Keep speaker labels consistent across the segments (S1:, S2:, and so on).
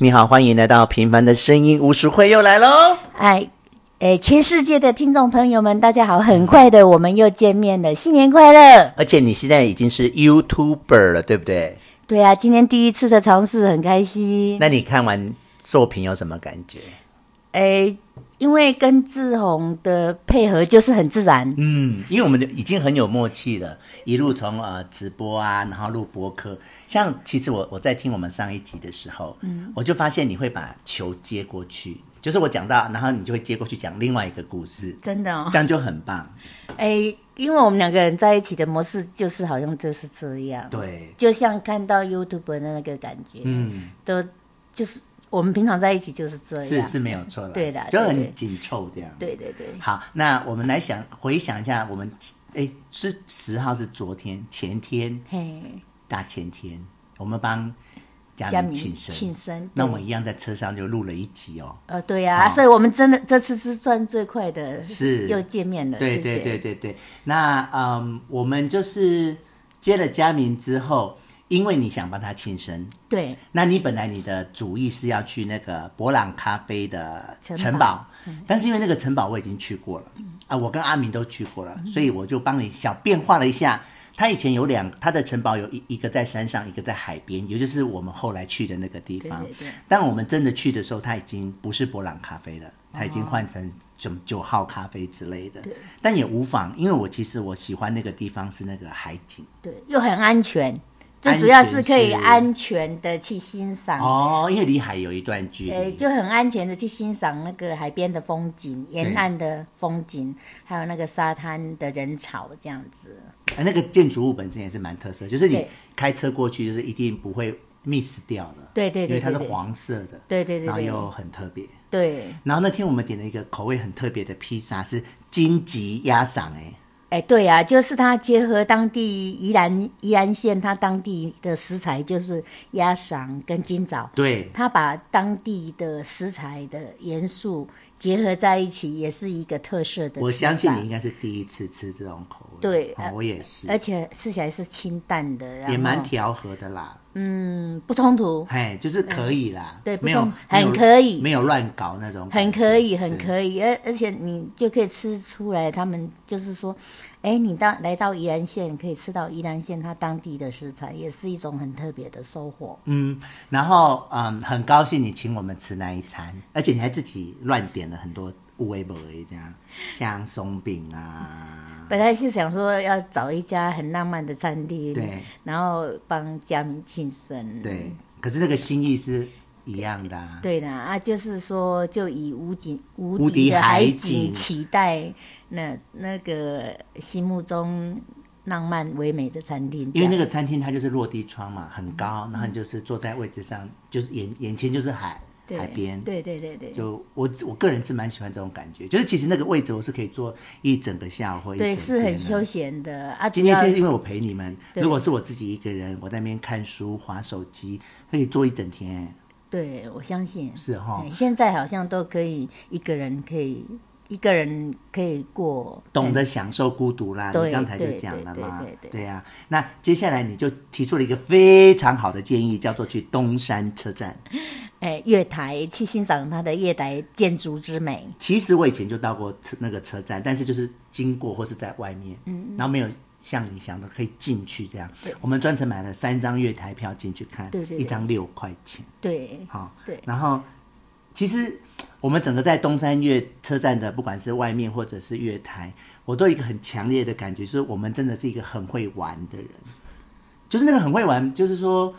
S1: 你好，欢迎来到《平凡的声音》，吴淑慧又来喽。
S2: 哎，哎，全世界的听众朋友们，大家好！很快的，我们又见面了，新年快乐！
S1: 而且你现在已经是 YouTuber 了，对不对？
S2: 对啊，今天第一次的尝试，很开心。
S1: 那你看完作品有什么感觉？
S2: 哎，因为跟志宏的配合就是很自然，
S1: 嗯，因为我们已经很有默契了，一路从呃直播啊，然后录播客。像其实我我在听我们上一集的时候，嗯，我就发现你会把球接过去，就是我讲到，然后你就会接过去讲另外一个故事，
S2: 真的哦
S1: 这。样就很棒。
S2: 哎，因为我们两个人在一起的模式，就是好像就是这样，
S1: 对，
S2: 就像看到 YouTube 的那个感觉，
S1: 嗯，
S2: 都就是我们平常在一起就是这样。
S1: 是是没有错的，
S2: 对啦
S1: 就
S2: 对对
S1: 很紧凑这样。
S2: 对对对，
S1: 好，那我们来想回想一下，我们哎是十号是昨天前天
S2: 嘿，
S1: 大前天，我们帮
S2: 佳
S1: 嘉
S2: 明
S1: 明庆生，
S2: 庆生
S1: 那我
S2: 对
S1: 们一样在车上就录了一集哦。
S2: 呃，对呀、啊，所以我们真的这次是赚最快的，
S1: 是
S2: 又见面了，
S1: 对
S2: 谢
S1: 对
S2: 谢
S1: 对对对，那嗯，我们就是接了佳明之后，因为你想帮他庆生，
S2: 对
S1: 那你本来你的主意是要去那个博朗咖啡的
S2: 城嗯
S1: 城堡，但是因为那个城堡我已经去过了，啊，我跟阿明都去过
S2: 嗯
S1: 了，所以我就帮你小变化了一下。他以前有两，他的城堡有一一个在山上，一个在海边，也就是我们后来去的那个地方。
S2: 对对哦对
S1: 但我们真的去的时候，他已经不是博朗咖啡了，他已经换成什么九号咖啡之类的。但也无妨，因为我其实我喜欢那个地方是那个海景。
S2: 对，又很安全，最
S1: 安
S2: 主要
S1: 全
S2: 是可以
S1: 是
S2: 安全的去欣赏，
S1: 哦，因为离海有一段距离。
S2: 呃，就很安全的去欣赏那个海边的风景、沿岸的风景，还有那个沙滩的人潮这样子。
S1: 啊，那个建筑物本身也是蛮特色，就是你
S2: 对
S1: 开车过去，就是一定不会 miss 掉的。
S2: 对对
S1: 因
S2: 对
S1: 为它是
S2: 对对
S1: 黄色的，
S2: 对对对
S1: 然后
S2: 对
S1: 又很特别。
S2: 对，
S1: 然后那天我们点了一个口味很特别的披萨，是荆棘鸭嗓哎、
S2: 哎，对啊，就是它结合当地宜兰宜兰县它当地的食材，就是鸭肠跟金枣，
S1: 对，
S2: 它把当地的食材的元素结合在一起，也是一个特色的披萨。
S1: 我相信你应该是第一次吃这种口味，
S2: 对呃
S1: 哦、我也是，
S2: 而且吃起来是清淡的，然后
S1: 也蛮调和的啦，
S2: 嗯不 冲突，
S1: 嘿，就是可以啦，
S2: 对不
S1: 没有
S2: 冲
S1: 没有
S2: 很可以
S1: 没有乱搞那种感觉，
S2: 很可以，很
S1: 对
S2: 可以，而而且你就可以吃出来，他们就是说，哎，你到来到宜兰县，可以吃到宜兰县它当地的食材，也是一种很特别的收获。
S1: 嗯，然后嗯，很高兴你请我们吃那一餐，而且你还自己乱点了很多乌龟尾这样，像松饼啊，
S2: 本来是想说要找一家很浪漫的餐厅，
S1: 对，
S2: 然后帮佳明庆生，
S1: 对，可是那个心意是一样的、啊。
S2: 对啦，啊，就是说，就以无景无
S1: 无敌
S2: 敌的
S1: 海
S2: 海
S1: 景
S2: 景期待那那个心目中浪漫唯美的餐厅这
S1: 因为
S2: 样，
S1: 那个餐厅它就是落地窗嘛，很
S2: 嗯
S1: 高，然后你就是坐在位置上，就是眼眼前就是海
S2: 对
S1: 海边，
S2: 对对对对，
S1: 就我我个人是蛮喜欢这种感觉，就是其实那个位置我是可以坐一整个下午或一整
S2: 对是
S1: 天
S2: 很
S1: 的
S2: 休闲的啊。
S1: 今天
S2: 主要
S1: 是因为我陪你们，
S2: 对
S1: 如果是我自己一个人，我在那边看书、划手机，可以坐一整天。
S2: 对我相信
S1: 是哦哈
S2: 哎现在好像都可以一个人可以一个人可以过，
S1: 懂得享受孤独啦，
S2: 对
S1: 你刚才就讲了嘛
S2: 对对对，对
S1: 对呀、那接下来你就提出了一个非常好的建议，叫做去东山车站。
S2: 哎月台去欣赏它的月台建筑之美。
S1: 其实我以前就到过车那个车站，但是就是经过或是在外面，
S2: 嗯
S1: 然后没有像你想的可以进去这样。我们专程买了三张月台票进去看，
S2: 对对对
S1: 一张六块钱。
S2: 对
S1: 好、
S2: 对
S1: 然后其实我们整个在东山月车站的，不管是外面或者是月台，我都有一个很强烈的感觉，就是我们真的是一个很会玩的人，就是那个很会玩，就是说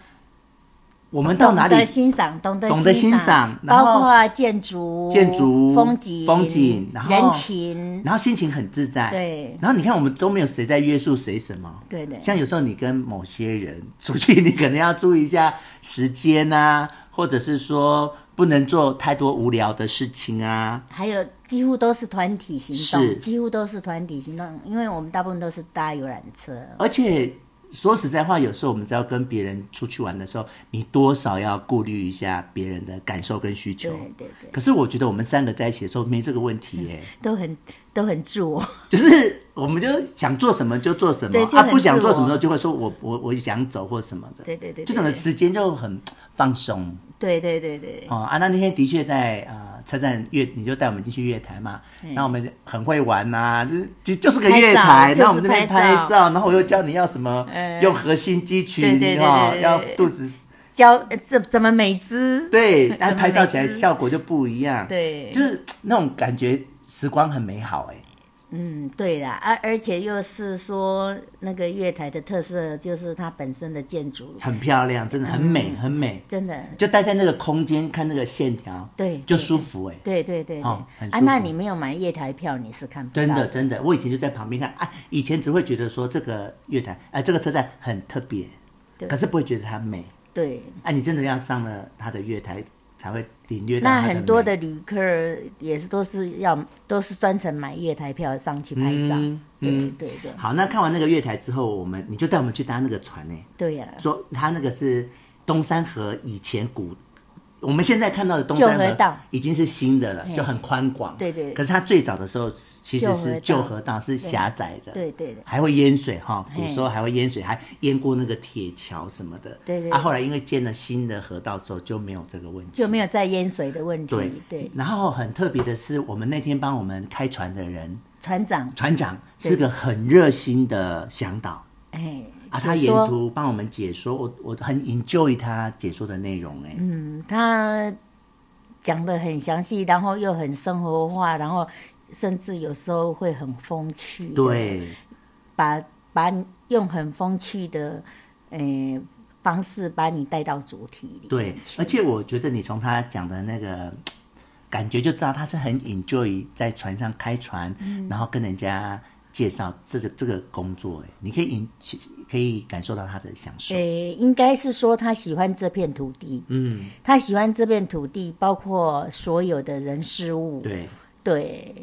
S1: 我们到哪里
S2: 懂得欣赏，懂得
S1: 懂得欣
S2: 欣
S1: 赏然后
S2: 包括建筑、
S1: 建筑
S2: 风景、
S1: 风景然后哎
S2: 人情，
S1: 然后心情很自在，
S2: 对
S1: 然后你看，我们都没有谁在约束谁什么。
S2: 对的
S1: 像有时候你跟某些人出去，你可能要注意一下时间啊，或者是说不能做太多无聊的事情啊。
S2: 还有几乎都是团体行动
S1: 是，
S2: 几乎都是团体行动，因为我们大部分都是搭游览车，
S1: 而且说实在话，有时候我们只要跟别人出去玩的时候，你多少要顾虑一下别人的感受跟需求
S2: 对。对对，
S1: 可是我觉得我们三个在一起的时候没这个问题耶，
S2: 都很都很自我，
S1: 就是我们就想做什么就做什么
S2: 对，就
S1: 啊
S2: 很
S1: 不想做什么
S2: 自我
S1: 就会说我我我想走或什么的，
S2: 哦对对对对
S1: 就整个时间就很放松。
S2: 对对对对，
S1: 哦啊，那那天的确在呃车站月，你就带我们进去月台嘛，那我们很会玩呐、就是就就是个月台
S2: 拍，照
S1: 那我们这边
S2: 就是拍
S1: 拍
S2: 照嗯
S1: 照，然后我又教你要什么，用核心肌
S2: 对
S1: 群
S2: 对对
S1: 哦，
S2: 对对
S1: 要
S2: 对
S1: 肚子
S2: 教呃怎怎么美姿，
S1: 对，
S2: 怎
S1: 但
S2: 么
S1: 拍照起来
S2: 美姿
S1: 效果就不一样，，
S2: 对，
S1: 就是那种感觉，时光很美好哎、
S2: 嗯，对啦，而、而且又是说那个月台的特色就是它本身的建筑，
S1: 很漂亮，真的很美、
S2: 嗯
S1: 很美，
S2: 真的，
S1: 就待在那个空间看那个线条，
S2: 对
S1: 就
S2: 对
S1: 舒服哎、
S2: 对对对对，
S1: 哦很
S2: 啊，
S1: 舒
S2: 那
S1: 服
S2: 你没有买月台票你是看不到
S1: 真的，真的，我以前就在旁边看啊，以前只会觉得说这个乐坛，呃，这个车站很特别，
S2: 对
S1: 可是不会觉得它美。
S2: 对，
S1: 啊，你真的要上了它的月台才会领略到
S2: 那
S1: 它
S2: 很多
S1: 的
S2: 的旅客也是都是要都是专程买月台票上去拍照，
S1: 嗯
S2: 对对对
S1: 美。好，那看完那个月台之后，我们你就带我们去搭那个船呢、
S2: 对呀、
S1: 说它那个是东山河以前古，我们现在看到的东
S2: 旧
S1: 山
S2: 河道
S1: 已经是新的了，就很宽广。
S2: 对对
S1: 可是它最早的时候其实是
S2: 旧
S1: 旧
S2: 河道
S1: 河道，是狭窄的。
S2: 对对的，
S1: 还会淹水哈，古
S2: 嘿
S1: 时候还会淹水，还淹过那个铁桥什么的。
S2: 对对
S1: 啊，后来因为建了新的河道之后就没有这个问题。
S2: 就没有再淹水的问题。
S1: 对
S2: 对，
S1: 然后很特别的是，我们那天帮我们开船的人，
S2: 船长，
S1: 船长是个很热心的向导
S2: 哎，
S1: 啊，
S2: 只
S1: 他沿
S2: 说
S1: 途帮我们解说，我我很 enjoy 他解说的内容哎、
S2: 嗯他讲的很详细，然后又很生活化，然后甚至有时候会很风趣。，
S1: 对，
S2: 把把你用很风趣的，呃，方式把你带到主题里。
S1: 对，而且我觉得你从他讲的那个感觉就知道，他是很 enjoy 在船上开船，
S2: 嗯
S1: 然后跟人家介绍这个这个工作，哎，你可以 en- 其实可以感受到他的享受。
S2: 诶，应该是说他喜欢这片土地，嗯，他喜欢这片土地，包括所有的人事物，
S1: 对，
S2: 对，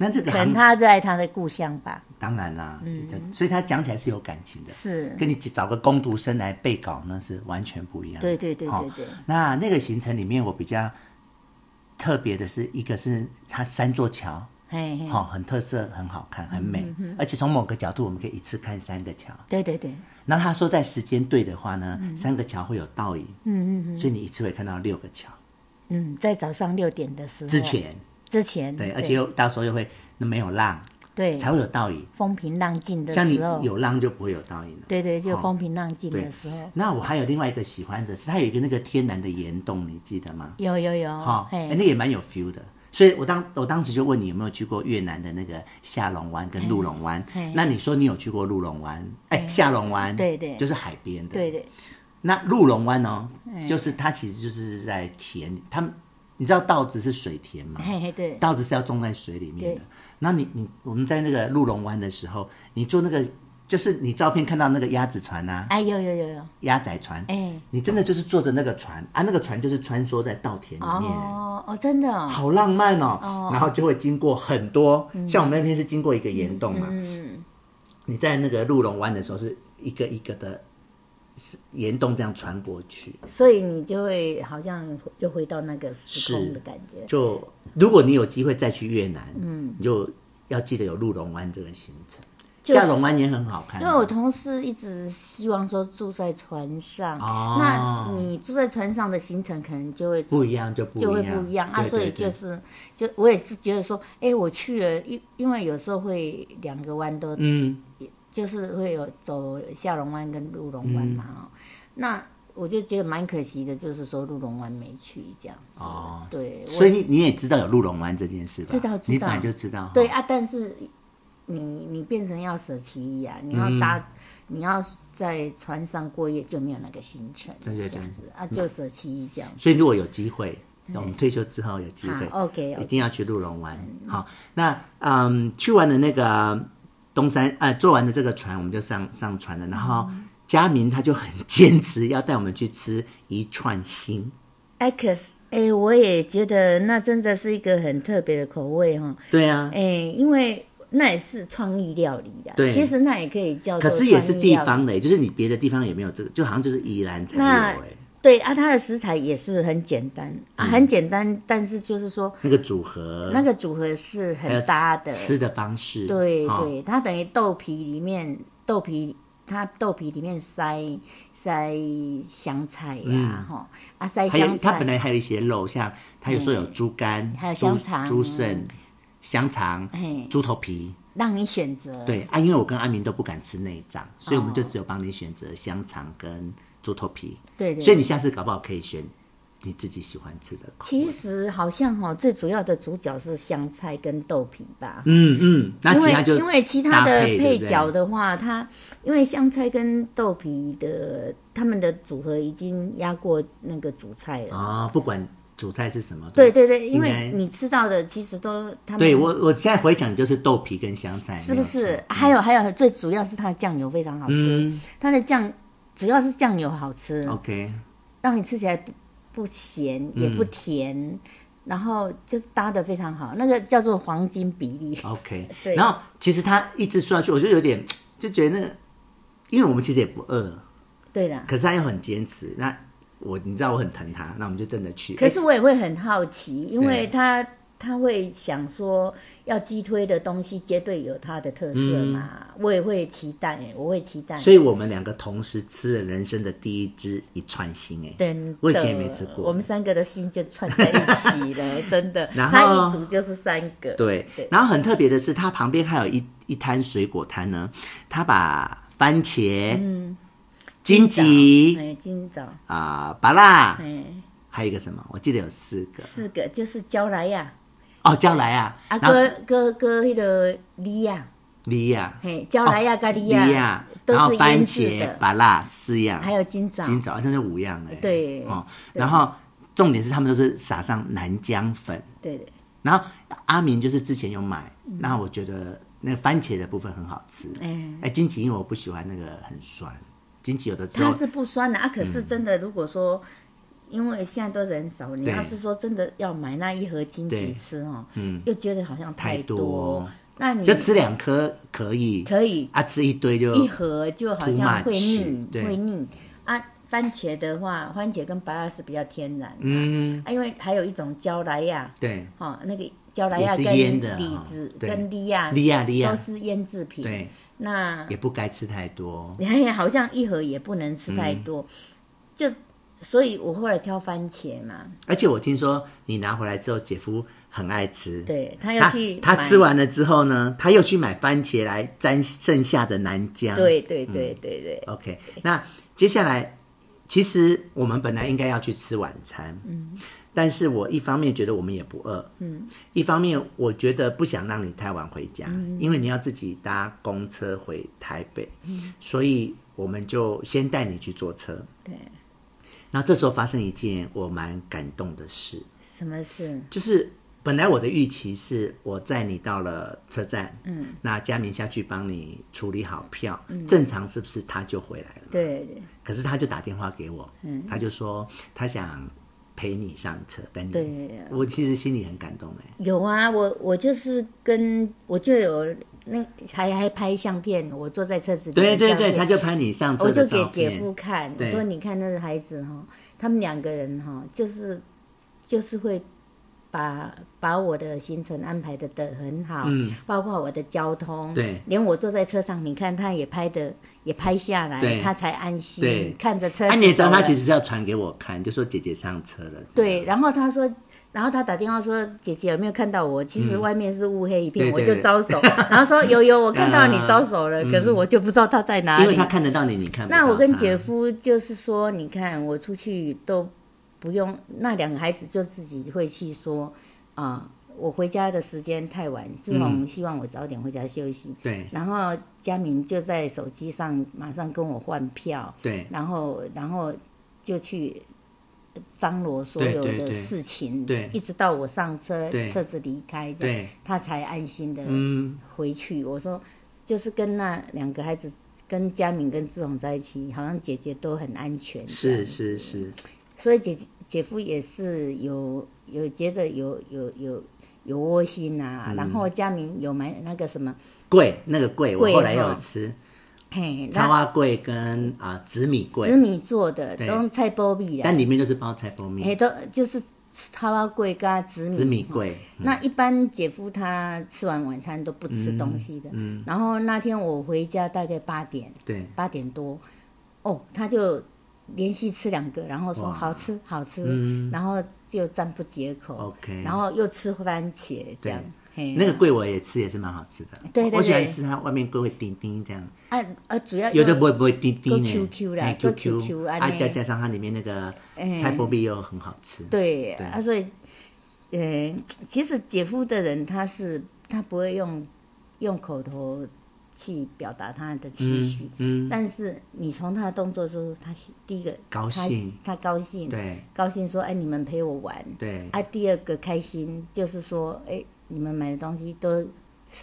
S1: 那这个
S2: 可能
S1: 行
S2: 他嗯热爱他的故乡吧，
S1: 当然啦，就所以他讲起来是有感情的，
S2: 是，
S1: 跟你找个工读生来背稿那是完全不一样的。
S2: 对对对
S1: 哦
S2: 对对，
S1: 那那个行程里面，我比较特别的是，一个是它三座桥，
S2: 嘿嘿，
S1: 好、很特色，很好看，很美，而且从某个角度，我们可以一次看三个桥。
S2: 对对对，
S1: 然后他说，在时间对的话呢，三个桥会有倒影，嗯嗯嗯所以你一次会看到六个桥。
S2: 嗯，在早上六点的时候，
S1: 之前
S2: 之前，
S1: 嗯对，而且又到时候又会那没有浪，
S2: 对
S1: 才会有倒影。
S2: 风平浪静的
S1: 像你
S2: 时候，
S1: 有浪就不会有倒影了。
S2: 对对，就
S1: 哦
S2: 风平浪静
S1: 对
S2: 的时候，
S1: 那我还有另外一个喜欢的是，它有一个那个天然的岩洞，你记得吗？
S2: 有有有，
S1: 哈、哎，
S2: 哦嘿
S1: 那个也蛮有 feel 的。所以我当我当时就问你有没有去过越南的那个下龙湾跟鹿龙湾
S2: 嘿嘿，
S1: 那你说你有去过鹿龙湾，哎、下龙湾，
S2: 对对
S1: 就是海边的。
S2: 对对，哎
S1: 那鹿龙湾哦，就是它其实就是在田，他们你知道稻子是水田吗？
S2: 嘿嘿对，
S1: 稻子是要种在水里面的
S2: 对。
S1: 那你你我们在那个鹿龙湾的时候，你坐那个就是你照片看到那个鸭子船啊，
S2: 哎有有有有，
S1: 鸭仔船，
S2: 哎，
S1: 你真的就是坐着那个船啊，那个船就是穿梭在稻田里面。
S2: 哦哦，真的哦，
S1: 好浪漫哦，然后就会经过很多，
S2: 嗯
S1: 像我们那天是经过一个岩洞嘛，你在那个鹿龙湾的时候是一个一个的是岩洞这样穿过去，
S2: 所以你就会好像又回到那个时
S1: 是
S2: 空的感觉。
S1: 就如果你有机会再去越南，嗯，你就要记得有鹿龙湾这个行程，
S2: 就是
S1: 下龙湾也很好看，啊
S2: 因为我同事一直希望说住在船上，
S1: 哦
S2: 那你住在船上的行程可能就会
S1: 不一样就不
S2: 就会
S1: 一样，
S2: 不一样啊，
S1: 对
S2: 所
S1: 对
S2: 以
S1: 对
S2: 就是就我也是觉得说，哎，我去了，因因为有时候会两个湾都、
S1: 嗯，
S2: 就是会有走下龙湾跟鹿龙湾嘛、
S1: 嗯
S2: 哦，那我就觉得蛮可惜的，就是说鹿龙湾没去这样子。
S1: 哦
S2: 对，我
S1: 所以你你也知道有鹿龙湾这件事吧？
S2: 知道知
S1: 你
S2: 道
S1: 本来就知道，
S2: 对，啊，但是你你变成要舍其一啊，你要搭，
S1: 嗯
S2: 你要在船上过夜就没有那个行程，
S1: 对对对
S2: 这样子啊，就舍其一这样。
S1: 所以如果有机会，等我们退休之后有机会
S2: 嗯好，OK，
S1: 一定要去鹿龙湾。好，那嗯，去完了那个东山，呃，坐完了这个船，我们就上上船了。然后
S2: 嗯
S1: 佳明他就很 坚持要带我们去吃一串心，
S2: 哎，可是哎，我也觉得那真的是一个很特别的口味哈，
S1: 对啊，
S2: 哎，因为那也是创意料理的，
S1: 对
S2: 其实那也可以叫做
S1: 可是也是
S2: 创意
S1: 地
S2: 料理
S1: 方的，就是你别的地方也没有这个，就好像就是宜兰才有
S2: 那
S1: 哎，
S2: 对啊，它的食材也是很简单啊，
S1: 嗯
S2: 很简单，但是就是说
S1: 那个组合，
S2: 那个组合是
S1: 嗯还有
S2: 很搭的，
S1: 吃吃的方式，
S2: 对
S1: 哦
S2: 对，它等于豆皮里面豆皮它豆皮里面塞塞香菜呀、哈、啊塞
S1: 嗯还有
S2: 香
S1: 它本
S2: 菜，哎
S1: 来还有一些肉，像它有时候有猪肝、
S2: 还有
S1: 猪
S2: 香肠哎
S1: 猪肾、香肠
S2: 嘿、
S1: 猪头皮。
S2: 让你选择。
S1: 对啊，因为我跟阿明都不敢吃内脏，所以我们
S2: 哦
S1: 就只有帮你选择香肠跟猪头皮。
S2: 对对
S1: 所以你下次搞不好可以选你自己喜欢吃的口味。
S2: 其实好像哈、最主要的主角是香菜跟豆皮吧。
S1: 嗯嗯，那
S2: 因
S1: 其
S2: 为
S1: 他就
S2: 因为其他的
S1: 搭配对
S2: 配
S1: 不对
S2: 角的话，它因为香菜跟豆皮的他们的组合已经压过那个主菜了。
S1: 啊，不管主菜是什么，
S2: 对对对，因
S1: 应该
S2: 为你吃到的其实都他们
S1: 对我我现在回想就是豆皮跟香菜，
S2: 是不
S1: 没有
S2: 是
S1: 错？？嗯
S2: 还有还有，最主要是它的酱油非常好吃，它的酱主要是酱油好吃，
S1: OK，
S2: 让你吃起来不不咸也
S1: 嗯
S2: 不甜，然后就是搭的非常好，那个叫做黄金比例。
S1: OK，
S2: 对
S1: 然后其实他一直吃下去，我就有点就觉得那个，因为我们其实也不饿，
S2: 对啦，
S1: 可是他又很坚持。那我你知道我很疼他，那我们就真的去。
S2: 可
S1: 诶
S2: 是我也会很好奇，因为
S1: 哎对
S2: 他他会想说要击推的东西绝对有它的特色嘛，我也会期待、我会期待。
S1: 嗯所以我们两个同时吃了人生的第一只一串心哎、
S2: 真的，
S1: 我以前也没吃过
S2: 我们三个的心就串在一起 了，真的。
S1: 然
S2: 他
S1: 后
S2: 一组就是三个，
S1: 对
S2: 对，
S1: 然后很特别的是，它旁边还有一一摊水果摊呢，他把番茄、嗯、荆棘
S2: 哎，今早，
S1: 啊、芭辣，
S2: 哎，
S1: 还有一个什么，我记得有四个
S2: 四个就是娇来呀、
S1: 哦，叫来啊，
S2: 啊，
S1: 然后
S2: 哥哥哥那个梨呀、
S1: 梨呀、
S2: 嘿，娇来啊呀、咖喱
S1: 梨
S2: 呀
S1: 呀，，
S2: 都
S1: 然后
S2: 是
S1: 番
S2: 腌制
S1: 茄、
S2: 的，
S1: 芭辣四样，
S2: 还有今早，
S1: 今早，那就五样哎、
S2: 对
S1: 哦，然后重点是他们都是撒上南姜粉，
S2: 对的，
S1: 然后阿明就是之前有买，那我觉得那个番茄的部分很好吃，
S2: 嗯
S1: 哎，荆棘因为我不喜欢那个很酸，荆棘有嗯的时候
S2: 它是不酸的啊，可是真的，如果说。因为现在都人少，你
S1: 对
S2: 要是说真的要买那一盒金桔吃哦，又觉得好像
S1: 嗯太
S2: 多，
S1: 多，
S2: 那你
S1: 就吃两颗可以，
S2: 可以
S1: 啊吃一堆就
S2: 一盒就好
S1: Too
S2: 像
S1: much，
S2: 会腻，
S1: 对
S2: 会腻啊。番茄的话，番茄跟白辣是比较天然、嗯，啊，因为还有一种娇莱亚，
S1: 对
S2: 哦，那个娇莱亚
S1: 也是
S2: 跟
S1: 腌的
S2: 李
S1: 哦
S2: 子、
S1: 对
S2: 跟利亚、
S1: 利亚利亚
S2: 都是腌制品。
S1: 对，
S2: 那
S1: 也不该吃太多，
S2: 你看，好像一盒也不能吃太多，
S1: 嗯
S2: 就所以我后来挑番茄嘛，
S1: 而且我听说你拿回来之后，姐夫很爱吃，
S2: 对他
S1: 他
S2: 要去
S1: 他
S2: 买
S1: 吃，完了之后呢，他又去买番茄来沾剩下的南姜。
S2: 对对对对对，
S1: ，OK。那接下来，其实我们本来应该要去吃晚餐，嗯，但是我一方面觉得我们也不饿，嗯，一方面我觉得不想让你太晚回家，因为你要自己搭公车回台北，所以我们就先带你去坐车。
S2: 对。
S1: 那这时候发生一件我蛮感动的事，
S2: 什么事？
S1: 就是本来我的预期是我载你到了车站，嗯，那佳明下去帮你处理好票，正常是不是他就回来了？
S2: 对对
S1: 可是他就打电话给我，嗯，他就说他想陪你上车，但你
S2: 对，
S1: 我其实心里很感动哎，
S2: 有啊，我我就是跟我就有那还还拍相片，我坐在车子里
S1: 对
S2: 面
S1: 对
S2: 相
S1: 对，
S2: 片
S1: 他就拍你上车
S2: 我就
S1: 的
S2: 给
S1: 照
S2: 姐
S1: 片，
S2: 夫看，我
S1: 对
S2: 说你看那个孩子哈，他们两个人哈，就是就是会把把我的行程安排的的很好，包括我的交通，
S1: 嗯对
S2: 连我坐在车上，你看他也拍的也拍下来，
S1: 对
S2: 他才安心
S1: 对
S2: 看着车子走了。
S1: 啊，你也知道他其实是要传给我看，就说姐姐上车了，这样
S2: 对，然后他说，然后他打电话说：“姐姐有没有看到我？其实外面是乌黑一片，
S1: 嗯对对嗯
S2: 我就招手。然后说有有，我看到你招 手了，可是我就不知道他在哪
S1: 因为
S2: 里。
S1: 他看得到你，你看不到
S2: 那我跟
S1: 他
S2: 姐夫就是说，你看我出去都不用，那两个孩子就自己会去说啊、我回家的时间太晚，志宏希望我早点回家休息。
S1: 对
S2: 然后佳明就在手机上马上跟我换票，
S1: 对
S2: 然后然后就去张罗所有
S1: 对对
S2: 的
S1: 对
S2: 事情，
S1: 对
S2: 一直到我上车，
S1: 对
S2: 车子离开，这样
S1: 对，
S2: 他才安心的
S1: 嗯，
S2: 回去。我说，就是跟那两个孩子，跟佳敏跟志宏在一起，好像姐姐都很安全，这样
S1: 是是是，
S2: 所以姐姐姐夫也是有有觉得有有有有窝心呐、
S1: 嗯
S2: 然后佳明有买那个什么，
S1: 贵那个贵，我
S2: 贵
S1: 后来也有
S2: 哈
S1: 吃。
S2: 嘿，
S1: 插
S2: 那
S1: 花柜跟啊紫米
S2: 紫
S1: 柜，
S2: 米做的，
S1: 对
S2: 都用菜包米啦啊
S1: 但，里面就是包菜包面
S2: 嘿，，都就是超花贵跟紫米
S1: 紫米嗯贵，
S2: 那一般姐夫他吃完晚餐都不吃
S1: 嗯
S2: 东西的。然后那天我回家大概八点，
S1: 对，
S2: 八点多，哦，他就连续吃两个，然后说
S1: 哇嗯
S2: 好吃好吃，然后就赞不绝口。
S1: 哦 OK
S2: 然后又吃番茄这样。嘿
S1: 那个桂我也吃，也是蛮好吃的。
S2: 对对对
S1: 我喜欢吃它外面桂会丁丁这样，
S2: 啊啊，主要
S1: 有的
S2: 用
S1: 不会不会丁丁
S2: 够
S1: 呢
S2: QQ 啦
S1: 哎
S2: 够
S1: QQ，
S2: QQ
S1: 啊
S2: 安尼
S1: 再加上它里面那个
S2: 哎
S1: 菜波币又很好吃，
S2: 对
S1: 对
S2: 啊，所以，呃，其实姐夫的人他是他不会用用口头去表达他的情绪，
S1: 嗯，
S2: 但是你从他的动作中，他是第一个
S1: 高兴，
S2: 他他高兴，
S1: 对
S2: 高兴说哎你们陪我玩，
S1: 对
S2: 啊，第二个开心就是说哎你们买的东西都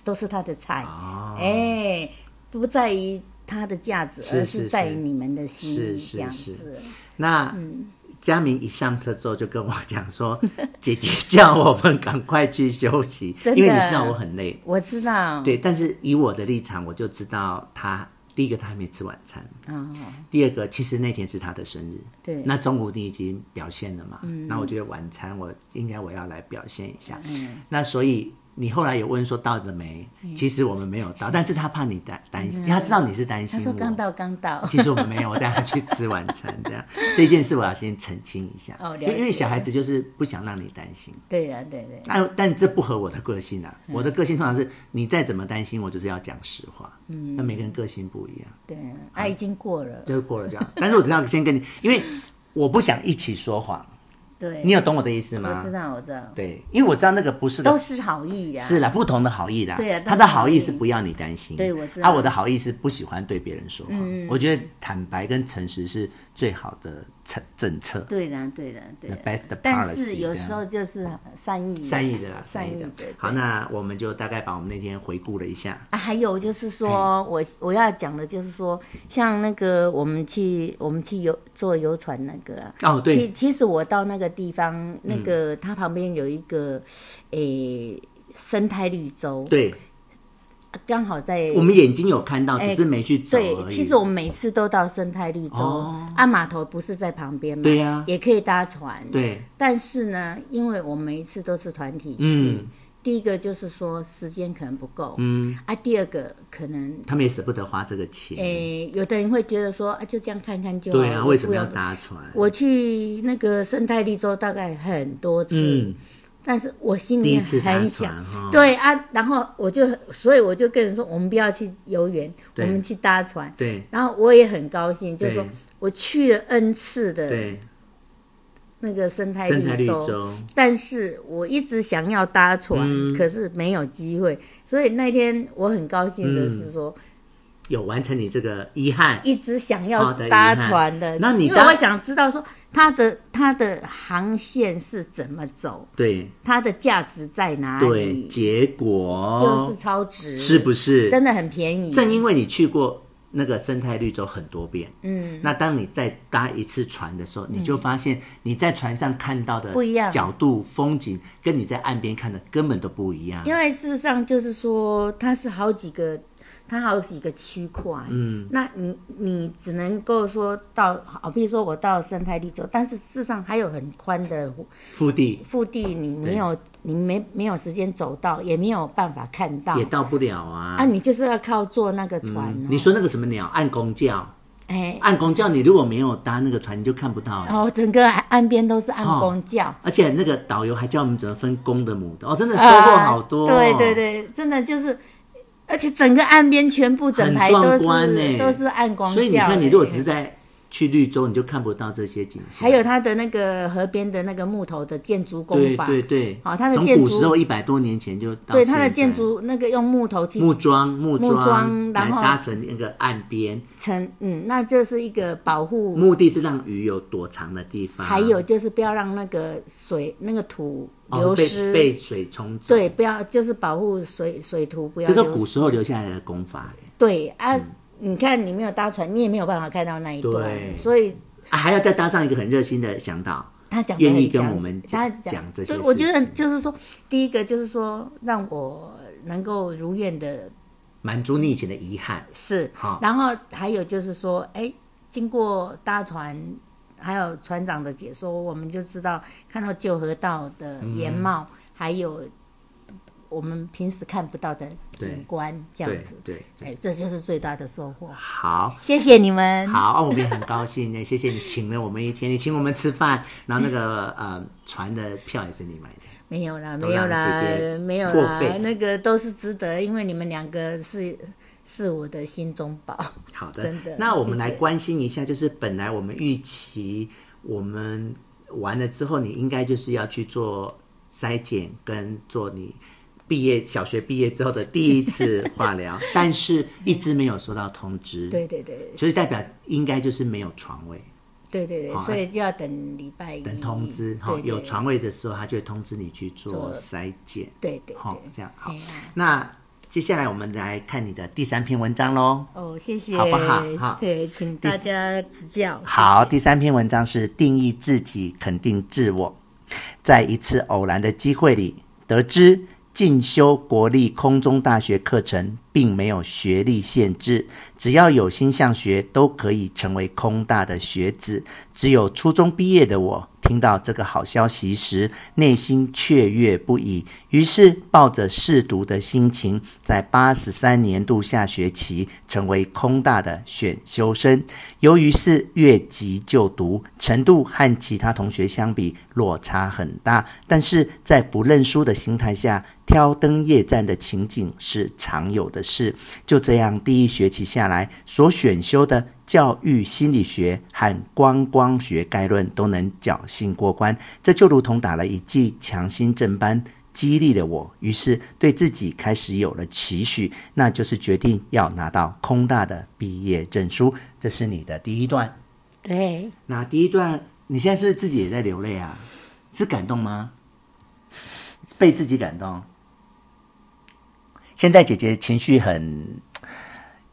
S2: 都是他的菜，
S1: 哦，
S2: 哎、不在于他的价值，
S1: 是
S2: 而
S1: 是
S2: 是在
S1: 是
S2: 于你们的心
S1: 是
S2: 意
S1: 是
S2: 这样
S1: 是
S2: 子。
S1: 那
S2: 嗯
S1: 佳明一上车之后就跟我讲说， 姐姐叫我们赶快去休息，
S2: 真的
S1: 因为你知道我很累。
S2: 我知道，
S1: 对，但是以我的立场，我就知道他第一个他还没吃晚餐，
S2: 啊、
S1: 第二个其实那天是他的生日。
S2: 对，嗯
S1: 那中午你已经表现了嘛？那我觉得晚餐我应该我要来表现一下。
S2: 嗯
S1: 那所以你后来有问说到了没？其实我们没有到，但是他怕你担担心，他知道你是担心
S2: 嗯他
S1: 我。
S2: 说刚到刚到，
S1: 其实我们没有，我带他去吃晚餐，这样 这件事我要先澄清一下，
S2: 哦了
S1: 因
S2: 解
S1: 为因为小孩子就是不想让你担心，
S2: 对呀、对啊对，嗯
S1: 但但这不合我的个性啊，我的个性通常是你再怎么担心，我就是要讲实话，嗯，那每个人个性不一样，
S2: 对，啊，已经过了，
S1: 就是过了这样，但是我只要先跟你，因为我不想一起说谎，
S2: 对，
S1: 你有懂我的意思
S2: 我
S1: 吗
S2: 知？道，我知道，
S1: 对，因为我知道那个不是
S2: 都
S1: 的。
S2: 是好意啊呀、
S1: 是啦，不同的好意啦。
S2: 对啊
S1: 他的
S2: 都是好
S1: 好意
S2: 意
S1: 是不要你担心。
S2: 对我知
S1: 啊，
S2: 道嗯
S1: 我的好意是不喜欢对别人说谎。我觉得坦白跟诚实是最好的策政策。
S2: 对啦，对啦，对
S1: The
S2: 啦
S1: best policy，
S2: 但是有时
S1: 这样
S2: 候就是善意，啊
S1: 善意的啊啦，
S2: 善
S1: 意
S2: 意
S1: 的
S2: 的。对
S1: 好，那我们就大概把我们那天回顾了一下。
S2: 啊，还有就是说，我我要讲的就是说，像那个我们去我们去游坐游船那个啊，
S1: 哦，对嗯
S2: 其其实我到那个地方，那个、它旁边有一个，诶、生态绿洲，
S1: 对，
S2: 刚好在
S1: 我们眼睛有看到，只是没去走
S2: 哎对
S1: 而，已。
S2: 其实我们每次都到生态绿洲，
S1: 哦
S2: 啊，码头不是在旁边嘛，
S1: 对呀
S2: 也可以搭船，。
S1: 对，
S2: 但是呢，因为我们每一次都是团体去，
S1: 嗯
S2: 第一个就是说时间可能不够，
S1: 嗯，
S2: 啊，第二个可能，
S1: 他们也舍不得花这个钱。
S2: 诶、有的人会觉得说，啊，就这样看看就好，
S1: 对啊，为什么要
S2: 也不用？
S1: 搭船？
S2: 我去那个生态绿洲大概很多次，
S1: 嗯，
S2: 但是我心
S1: 第
S2: 里
S1: 一次搭
S2: 很
S1: 船
S2: 想，
S1: 哈
S2: 对啊，然后我就，所以我就跟人说，我们不要去游园，我
S1: 对
S2: 们去搭船。
S1: 对
S2: 然后我也很高兴，就是说
S1: 对
S2: 我去了 N 次的
S1: 对，
S2: 那个生态
S1: 生态
S2: 绿
S1: 绿
S2: 洲，
S1: 洲，嗯
S2: 但是我一直想要搭船，可是没有机会。所以那天我很高兴
S1: 嗯
S2: 的是说，
S1: 有完成你这个遗憾。
S2: 一直想
S1: 好
S2: 要
S1: 的
S2: 搭船的，
S1: 遗憾那你
S2: 因为
S1: 搭
S2: 我想知道说它的它的航线是怎么走，
S1: 对
S2: 它的价值在哪
S1: 对，
S2: 里，
S1: 结果
S2: 就是超值，
S1: 是不是？
S2: 真的很便宜？
S1: 正因为你去过那个生态绿洲很多遍，嗯，那当你再搭一次船的时候，你就发现你在船上看到的
S2: 嗯不一样
S1: 角度、风景，跟你在岸边看的根本都不一样。
S2: 因为事实上就是说，它是好几个，它好几个区块。嗯，那你你只能够说到，好，比如说我到生态绿洲，但是事实上还有很宽的湖
S1: 腹地
S2: 腹地，你没有，你没没有时间走到，也没有办法看到
S1: 也。到不了啊。
S2: 啊，你就是要靠坐那个船、哦
S1: 你说那个什么鸟，暗公教，
S2: 哎，
S1: 暗公教，你如果没有搭那个船，你就看不到、
S2: 然后整个岸边都是暗
S1: 哦
S2: 公教。
S1: 而且那个导游还教我们怎么分公的母的，哦，真的收获好多、哦
S2: 啊对对对，真的就是，而且整个岸边全部整排都
S1: 很壮观
S2: 是、
S1: 呢
S2: 都是暗光教。
S1: 所以你看，你如果只
S2: 哎
S1: 是在去绿洲，你就看不到这些景象。
S2: 还有它的那个河边的那个木头的建筑工
S1: 对
S2: 法，
S1: 对对，
S2: 好它的
S1: 从
S2: 建
S1: 古
S2: 筑
S1: 时候一百多年前就到
S2: 对它的
S1: 现在
S2: 建筑那个用木头去
S1: 木桩木
S2: 木桩
S1: 来
S2: 然后
S1: 搭成那个岸边，
S2: 成，嗯，那这是一个保护。
S1: 目的是让鱼有躲藏的地方，
S2: 还有就是不要让那个水那个土
S1: 哦
S2: 流
S1: 被
S2: 失，
S1: 被水冲走。，
S2: 对，不要就是保护水水土不要
S1: 这
S2: 流
S1: 是
S2: 失。
S1: 古时候留下来的功法。
S2: 对啊，
S1: 嗯
S2: 你看你没有搭船，你也没有办法看到那一
S1: 对
S2: 段，所以
S1: 啊，还要再搭上一个很热心的向导，
S2: 他讲得
S1: 愿
S2: 很
S1: 意跟
S2: 讲
S1: 我们
S2: 他
S1: 讲讲这些
S2: 对，
S1: 事
S2: 我觉得
S1: 情
S2: 就是说，第一个就是说让我能够如愿的
S1: 满足你以前的遗憾。
S2: 是
S1: 好，
S2: 然后还有就是说，哎，经过搭船还有船长的解说，我们就知道看到旧河道的原
S1: 嗯
S2: 貌，还有我们平时看不到的景观，这样子。
S1: 对对，
S2: 哎，这就是最大的收获。
S1: 好。
S2: 谢谢你们。
S1: 好， 哦我们也很高兴，也谢谢你请了我们一天，你请我们吃饭，然后那 个呃船的票也是你买的，
S2: 没有啦，
S1: 都
S2: 没有
S1: 让
S2: 啦
S1: 姐姐，
S2: 没有
S1: 破
S2: 啦
S1: 费，
S2: 那个都是值得，因为你们两个是是我的心中宝。
S1: 好的，
S2: 真的
S1: 那我们
S2: 谢谢
S1: 来关心一下，就是本来我们预期我们完了之后，你应该就是要去做筛检跟做你毕业小学毕业之后的第一次化 疗，但是一直没有收到通知，，
S2: 对对对
S1: 就是代表应该就是没有床位，
S2: 对对对，
S1: 好
S2: 所以就要等礼拜一
S1: 等通知哈、
S2: 嗯对对
S1: 有床位的时候，他就会通知你去做
S2: 做
S1: 筛检，
S2: 对对
S1: 哈、
S2: 对，
S1: 这样好
S2: 哎呀。
S1: 那接下来我们来看你的第三篇文章喽。
S2: 哦，谢谢，
S1: 好不好好
S2: 对，请大家指教。
S1: 好，第三篇文章是定义自己，肯定自我。在一次偶然的机会里，得知进修国立空中大学课程并没有学历限制，只要有心向学，都可以成为空大的学子。只有初中毕业的我，听到这个好消息时，内心雀跃不已。于是，抱着试读的心情，在八十三年度下学期成为空大的选修生。由于是越级就读，程度和其他同学相比落差很大，但是在不认输的心态下，挑灯夜战的情景是常有的事。就这样，第一学期下来，所选修的教育心理学和观光学概论都能侥幸过关，这就如同打了一剂强心针般。激励了我，于是对自己开始有了期许，那就是决定要拿到空大的毕业证书。这是你的第一段。
S2: 对，
S1: 那第一段，你现在是不是自己也在流泪啊？是感动吗？被自己感动。现在姐姐情绪很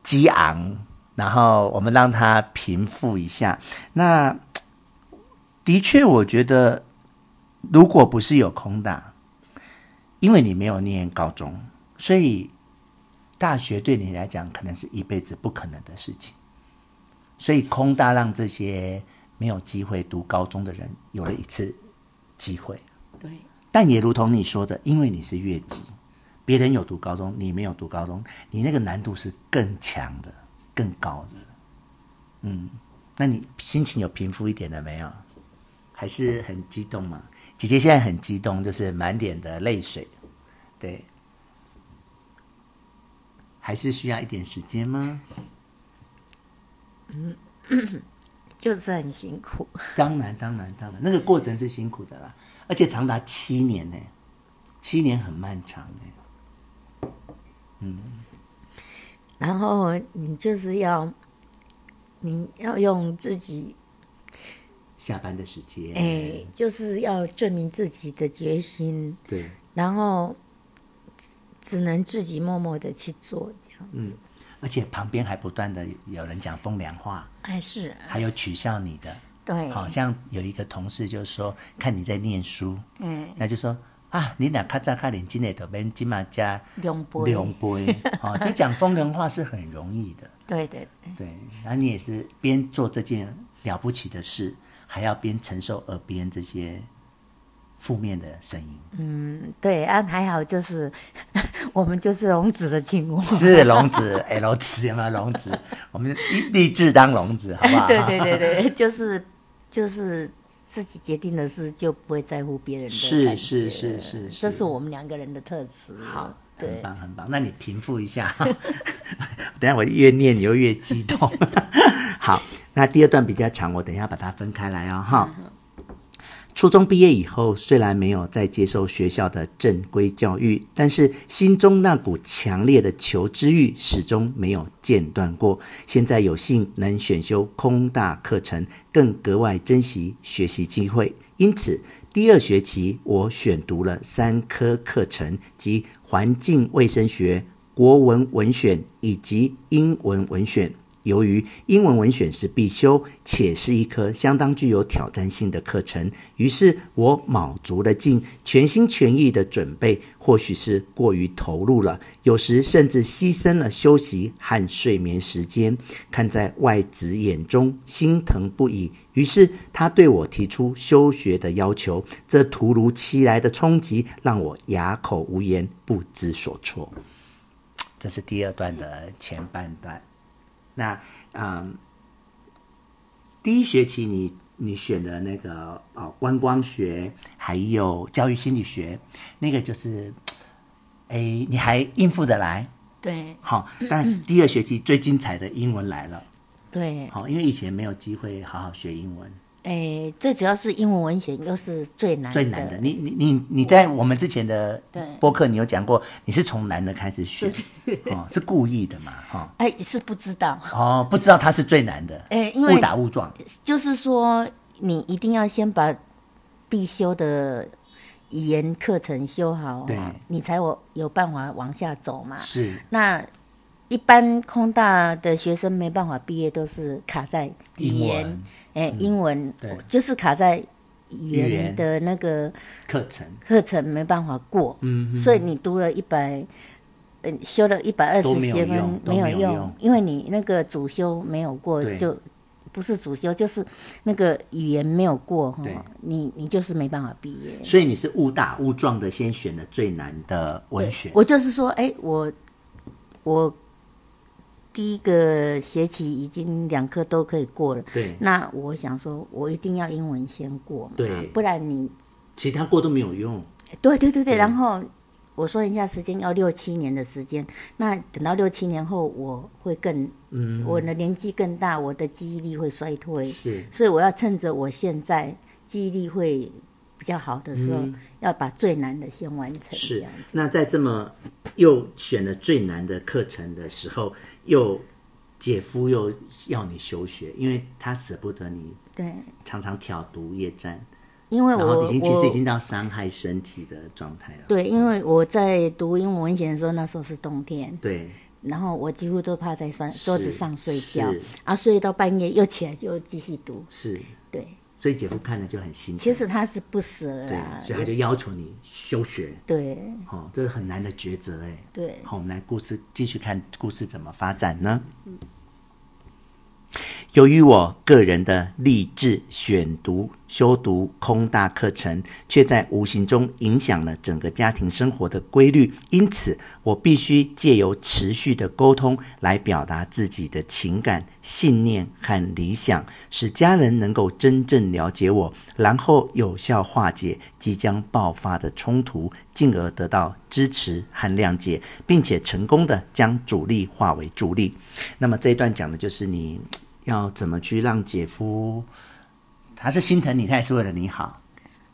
S1: 激昂，然后我们让她平复一下。那的确，我觉得如果不是有空大，因为你没有念高中，所以大学对你来讲可能是一辈子不可能的事情。所以空大让这些没有机会读高中的人有了一次机会。
S2: 对，
S1: 但也如同你说的，因为你是越级，别人有读高中，你没有读高中，你那个难度是更强的、更高的。嗯，那你心情有平复一点了没有？还是很激动吗？姐姐现在很激动，就是满脸的泪水。对，还是需要一点时间吗？
S2: 就是很辛苦。
S1: 当然，当然，当然，那个过程是辛苦的啦，而且长达七年呢、七年很漫长哎、
S2: 然后你就是要，你要用自己，
S1: 下班的时间，
S2: 哎，就是要证明自己的决心，
S1: 对，
S2: 然后只只能自己默默的去做这样。
S1: 而且旁边还不断的有人讲风凉话，
S2: 哎，是啊，
S1: 还有取笑你的，
S2: 对，
S1: 好像有一个同事就说看你在念书，嗯，那就说啊，你俩咔嚓咔连今的都边今嘛加
S2: 两杯
S1: 两杯，哦，就讲风凉话是很容易的，
S2: 对对对
S1: 对，然后你也是边做这件了不起的事，还要边承受耳边这些负面的声 音，
S2: 对啊，还好就是 我们就是龙子的 进屋。
S1: 是聋子 L 子有没有聋子？我们立志当聋子，好不好？
S2: 对对 对对，就是就是自己决定的事，就不会在乎别人的
S1: 是
S2: 感
S1: 是
S2: 觉
S1: 是是是
S2: 这是我们两个人的特质。
S1: 好，嗯很
S2: 对，
S1: 棒很棒。那你平复一下， 等一下我越念你又越激动。 好，那第二段比较长，我等一下把它分开来哦，哈。初中毕业以后，虽然没有再接受学校的正规教育，但是心中那股强烈的求知欲始终没有间断过。现在有幸能选修空大课程，更格外珍惜学习机会。因此，第二学期我选读了三科课程，即环境卫生学、国文文选以及英文文选。由于英文文选是必修，且是一科相当具有挑战性的课程，于是我卯足了劲，全心全意的准备，或许是过于投入了，有时甚至牺牲了休息和睡眠时间。看在外子眼中，心疼不已。于是他对我提出休学的要求，这突如其来的冲击让我哑口无言，不知所措。这是第二段的前半段。那嗯，第一学期你你选的那个哦观光学，还有教育心理学，那个就是，哎，你还应付得来，
S2: 对
S1: 好、
S2: 嗯
S1: 但第二学期最精彩的英文来了，
S2: 对，
S1: 好、因为以前没有机会好好学英文，
S2: 哎，最主要是英文文学又是最难
S1: 最难的。你你你你在我们之前的
S2: 对
S1: 播客，你有讲过，你是从难的开始学，哦，是故意的嘛，哈、
S2: 哎，是不知道，
S1: 哦，不知道它是最难的，
S2: 哎，因为呃
S1: 误打误撞，
S2: 就是说，你一定要先把必修的语言课程修好
S1: 对，
S2: 你才有有办法往下走嘛。
S1: 是
S2: 那一般空大的学生没办法毕业，都是卡在语
S1: 英
S2: 言
S1: 文，嗯
S2: 哎，英文
S1: 对
S2: 就是卡在语
S1: 语
S2: 言
S1: 言
S2: 的那个
S1: 课程。
S2: 课程没办法过，
S1: 嗯
S2: 所以你读了一百，嗯，修了一百二
S1: 都
S2: 十
S1: 没有
S2: 学分
S1: 用都
S2: 没有
S1: 没有用
S2: 因为你那个主修没有过，
S1: 对
S2: 就不是主修，就是那个语言没有过，哈
S1: 对，
S2: 你你就是没办法毕业。
S1: 所以你是误打误撞的，先选了最难的文学。
S2: 我就是说，哎，我我第一个学期已经两科都可以过了，
S1: 对，
S2: 那我想说，我一定要英文先过嘛
S1: 对，
S2: 不然你
S1: 其他过都没有用。
S2: 对对对对，然后我算一下时间，要六七年的时间。那等到六七年后，我会更，嗯，我的年纪更大，我的记忆力会衰退，
S1: 是
S2: 所以我要趁着我现在记忆力会比较好的时候，要把最难的先完成，这
S1: 嗯是
S2: 样子。。
S1: 那在这么又选了最难的课程的时候，又姐夫又要你休学，因为他舍不得你
S2: 对，
S1: 常常挑毒液战，
S2: 因为
S1: 然后
S2: 我
S1: 已经其实已
S2: 我
S1: 经到伤害身体的状态了。
S2: 对，因为我在读英文文学的时候，那时候是冬天，
S1: 对，
S2: 然后我几乎都趴在桌桌子上睡觉
S1: 是，
S2: 啊，睡到半夜又起来就继续读，
S1: 是，
S2: 对。
S1: 所以姐夫看了就很心疼。
S2: 其实他是不舍
S1: 对
S2: 啦，，
S1: 所以他就要求你休学。
S2: 对
S1: 哦，这是很难的抉择哎。
S2: 对
S1: 好，我们来故事继续看故事怎么发展呢？由于我个人的立志选读修读空大课程，却在无形中影响了整个家庭生活的规律，因此我必须借由持续的沟通来表达自己的情感、信念和理想，使家人能够真正了解我，然后有效化解即将爆发的冲突，进而得到支持和谅解，并且成功的将阻力化为助力。那么这一段讲的就是你嗯要怎么去让姐夫，他是心疼你，他也是为了你好，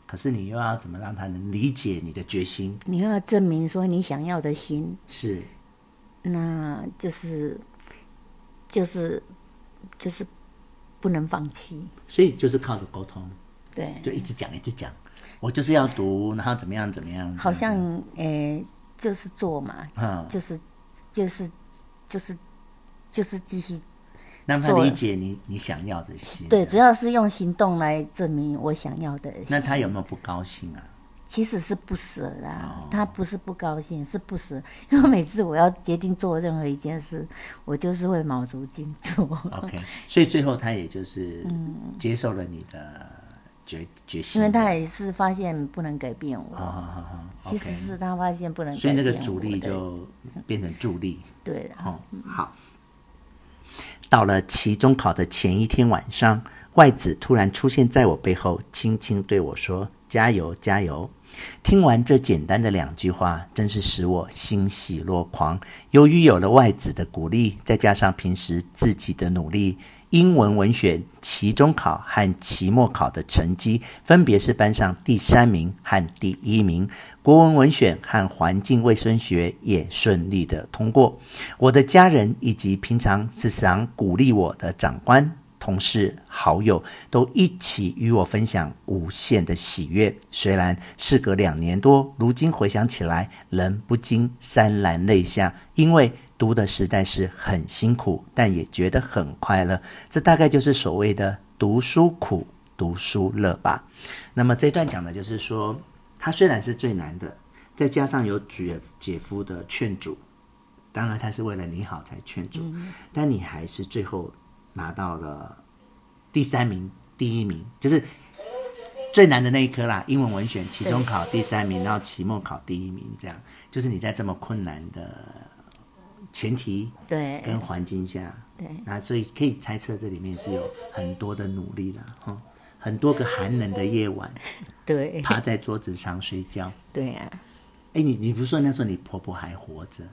S1: 可是你又要怎么让他能理解你的决心？
S2: 你要证明说你想要的心，
S1: 是
S2: 那就是就是就是不能放弃。
S1: 所以就是靠着沟通，
S2: 对，
S1: 就一直讲，一直讲。我就是要读，然后怎么样怎么样，
S2: 好
S1: 怎
S2: 像
S1: 么
S2: 诶、就是做嘛，
S1: 样嗯，
S2: 就是就是就是就是继续
S1: 让他
S2: 做
S1: 理解你你想要的心。
S2: 对，主要是用行动来证明我想要的。
S1: 那他有没有不高兴啊？
S2: 其实是不舍
S1: 哦
S2: 啦，他不是不高兴，是不舍。因为每次我要决定做任何一件事，我就是会卯足劲做。嗯
S1: OK，所以最后他也就是接受了你的决决心，
S2: 因为他也是发现不能改变我，
S1: 好好好
S2: 其实是他发现不能改
S1: 所以
S2: 变
S1: 那
S2: 我的，
S1: 个阻力就变成助力。
S2: 对啊的，
S1: 哦，好。到了期中考的前一天晚上，外子突然出现在我背后，轻轻对我说：“加油，加油！”听完这简单的两句话，真是使我欣喜若狂。由于有了外子的鼓励，再加上平时自己的努力，英文文选期中考和期末考的成绩分别是班上第三名和第一名。国文文选和环境卫生学也顺利的通过。我的家人以及平常时常鼓励我的长官同事、好友都一起与我分享无限的喜悦。虽然事隔两年多，如今回想起来，仍不禁潸然泪下，因为读的实在是很辛苦，但也觉得很快乐。这大概就是所谓的读书苦、读书乐吧。那么这段讲的就是说，它虽然是最难的，再加上有姐姐夫的劝阻，当然他是为了你好才劝阻，但你还是最后拿到了第三名、第一名，就是最难的那一科啦，英文文选，期中考第三名，然后期末考第一名，这样就是你在这么困难的前提
S2: 对
S1: 跟环境下，
S2: 对
S1: 那所以可以猜测这里面是有很多的努力啦，哈、很多个寒冷的夜晚，
S2: 对啊
S1: 趴在桌子上睡觉。
S2: 对啊，
S1: 哎，你你不是说那时候你婆婆还活着，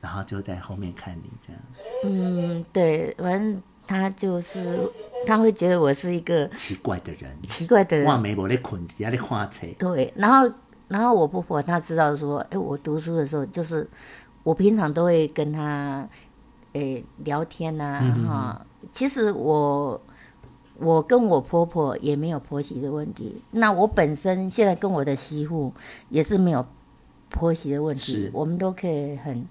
S1: 然后就在后面看你这样
S2: 嗯，对，反正他就是他会觉得我是一个
S1: 奇怪的人，
S2: 奇怪的
S1: 哇，
S2: 人，
S1: 没我在困，底下在看册，
S2: 对，然后然后我婆婆她知道说，哎，我读书的时候就是我平常都会跟她诶聊天呐、
S1: 嗯
S2: 哈、其实我。我跟我婆婆也没有婆媳的问题，那我本身现在跟我的媳妇也是没有婆媳的问题
S1: 是，
S2: 我们都可以很、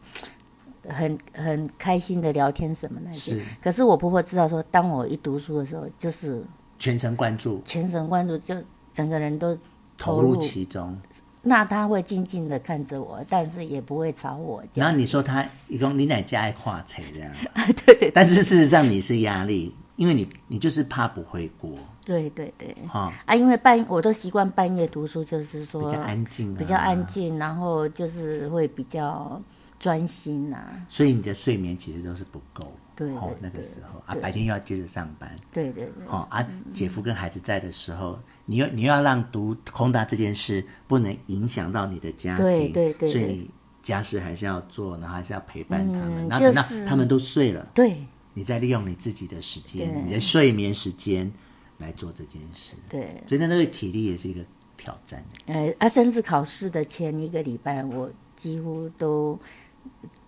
S2: 很、很开心的聊天什么那些
S1: 是。
S2: 可是我婆婆知道说，当我一读书的时候，就是
S1: 全神贯注
S2: 全神贯注，就整个人都
S1: 投入其中。
S2: 那他会静静的看着我，但是也不会吵我。这
S1: 然
S2: 样
S1: 后你说她，一共你奶家爱看册这样，
S2: 对 对
S1: 但是事实上你是压力，因为你你就是怕不回国
S2: 对对对
S1: 哈、
S2: 啊，因为半我都习惯半夜读书，就是说
S1: 比较安静、啊，
S2: 比较安，静，然后就是会比较专心呐、啊。
S1: 所以你的睡眠其实都是不够。
S2: 对对
S1: 哦，那个时候啊，白天又要接着上班，
S2: 对对对，
S1: 哦啊，姐夫跟孩子在的时候，你又你又要让读空大这件事不能影响到你的家庭，
S2: 对对对
S1: 所以
S2: 对
S1: 你家事还是要做，然后还是要陪伴他们，
S2: 嗯
S1: 然后等到
S2: 就是
S1: 他们都睡了，
S2: 对
S1: 你再利用你自己的时间，
S2: 对
S1: 你的睡眠时间来做这件事，
S2: 对，
S1: 所以那对体力也是一个挑战。
S2: 呃啊，甚至考试的前一个礼拜，我几乎都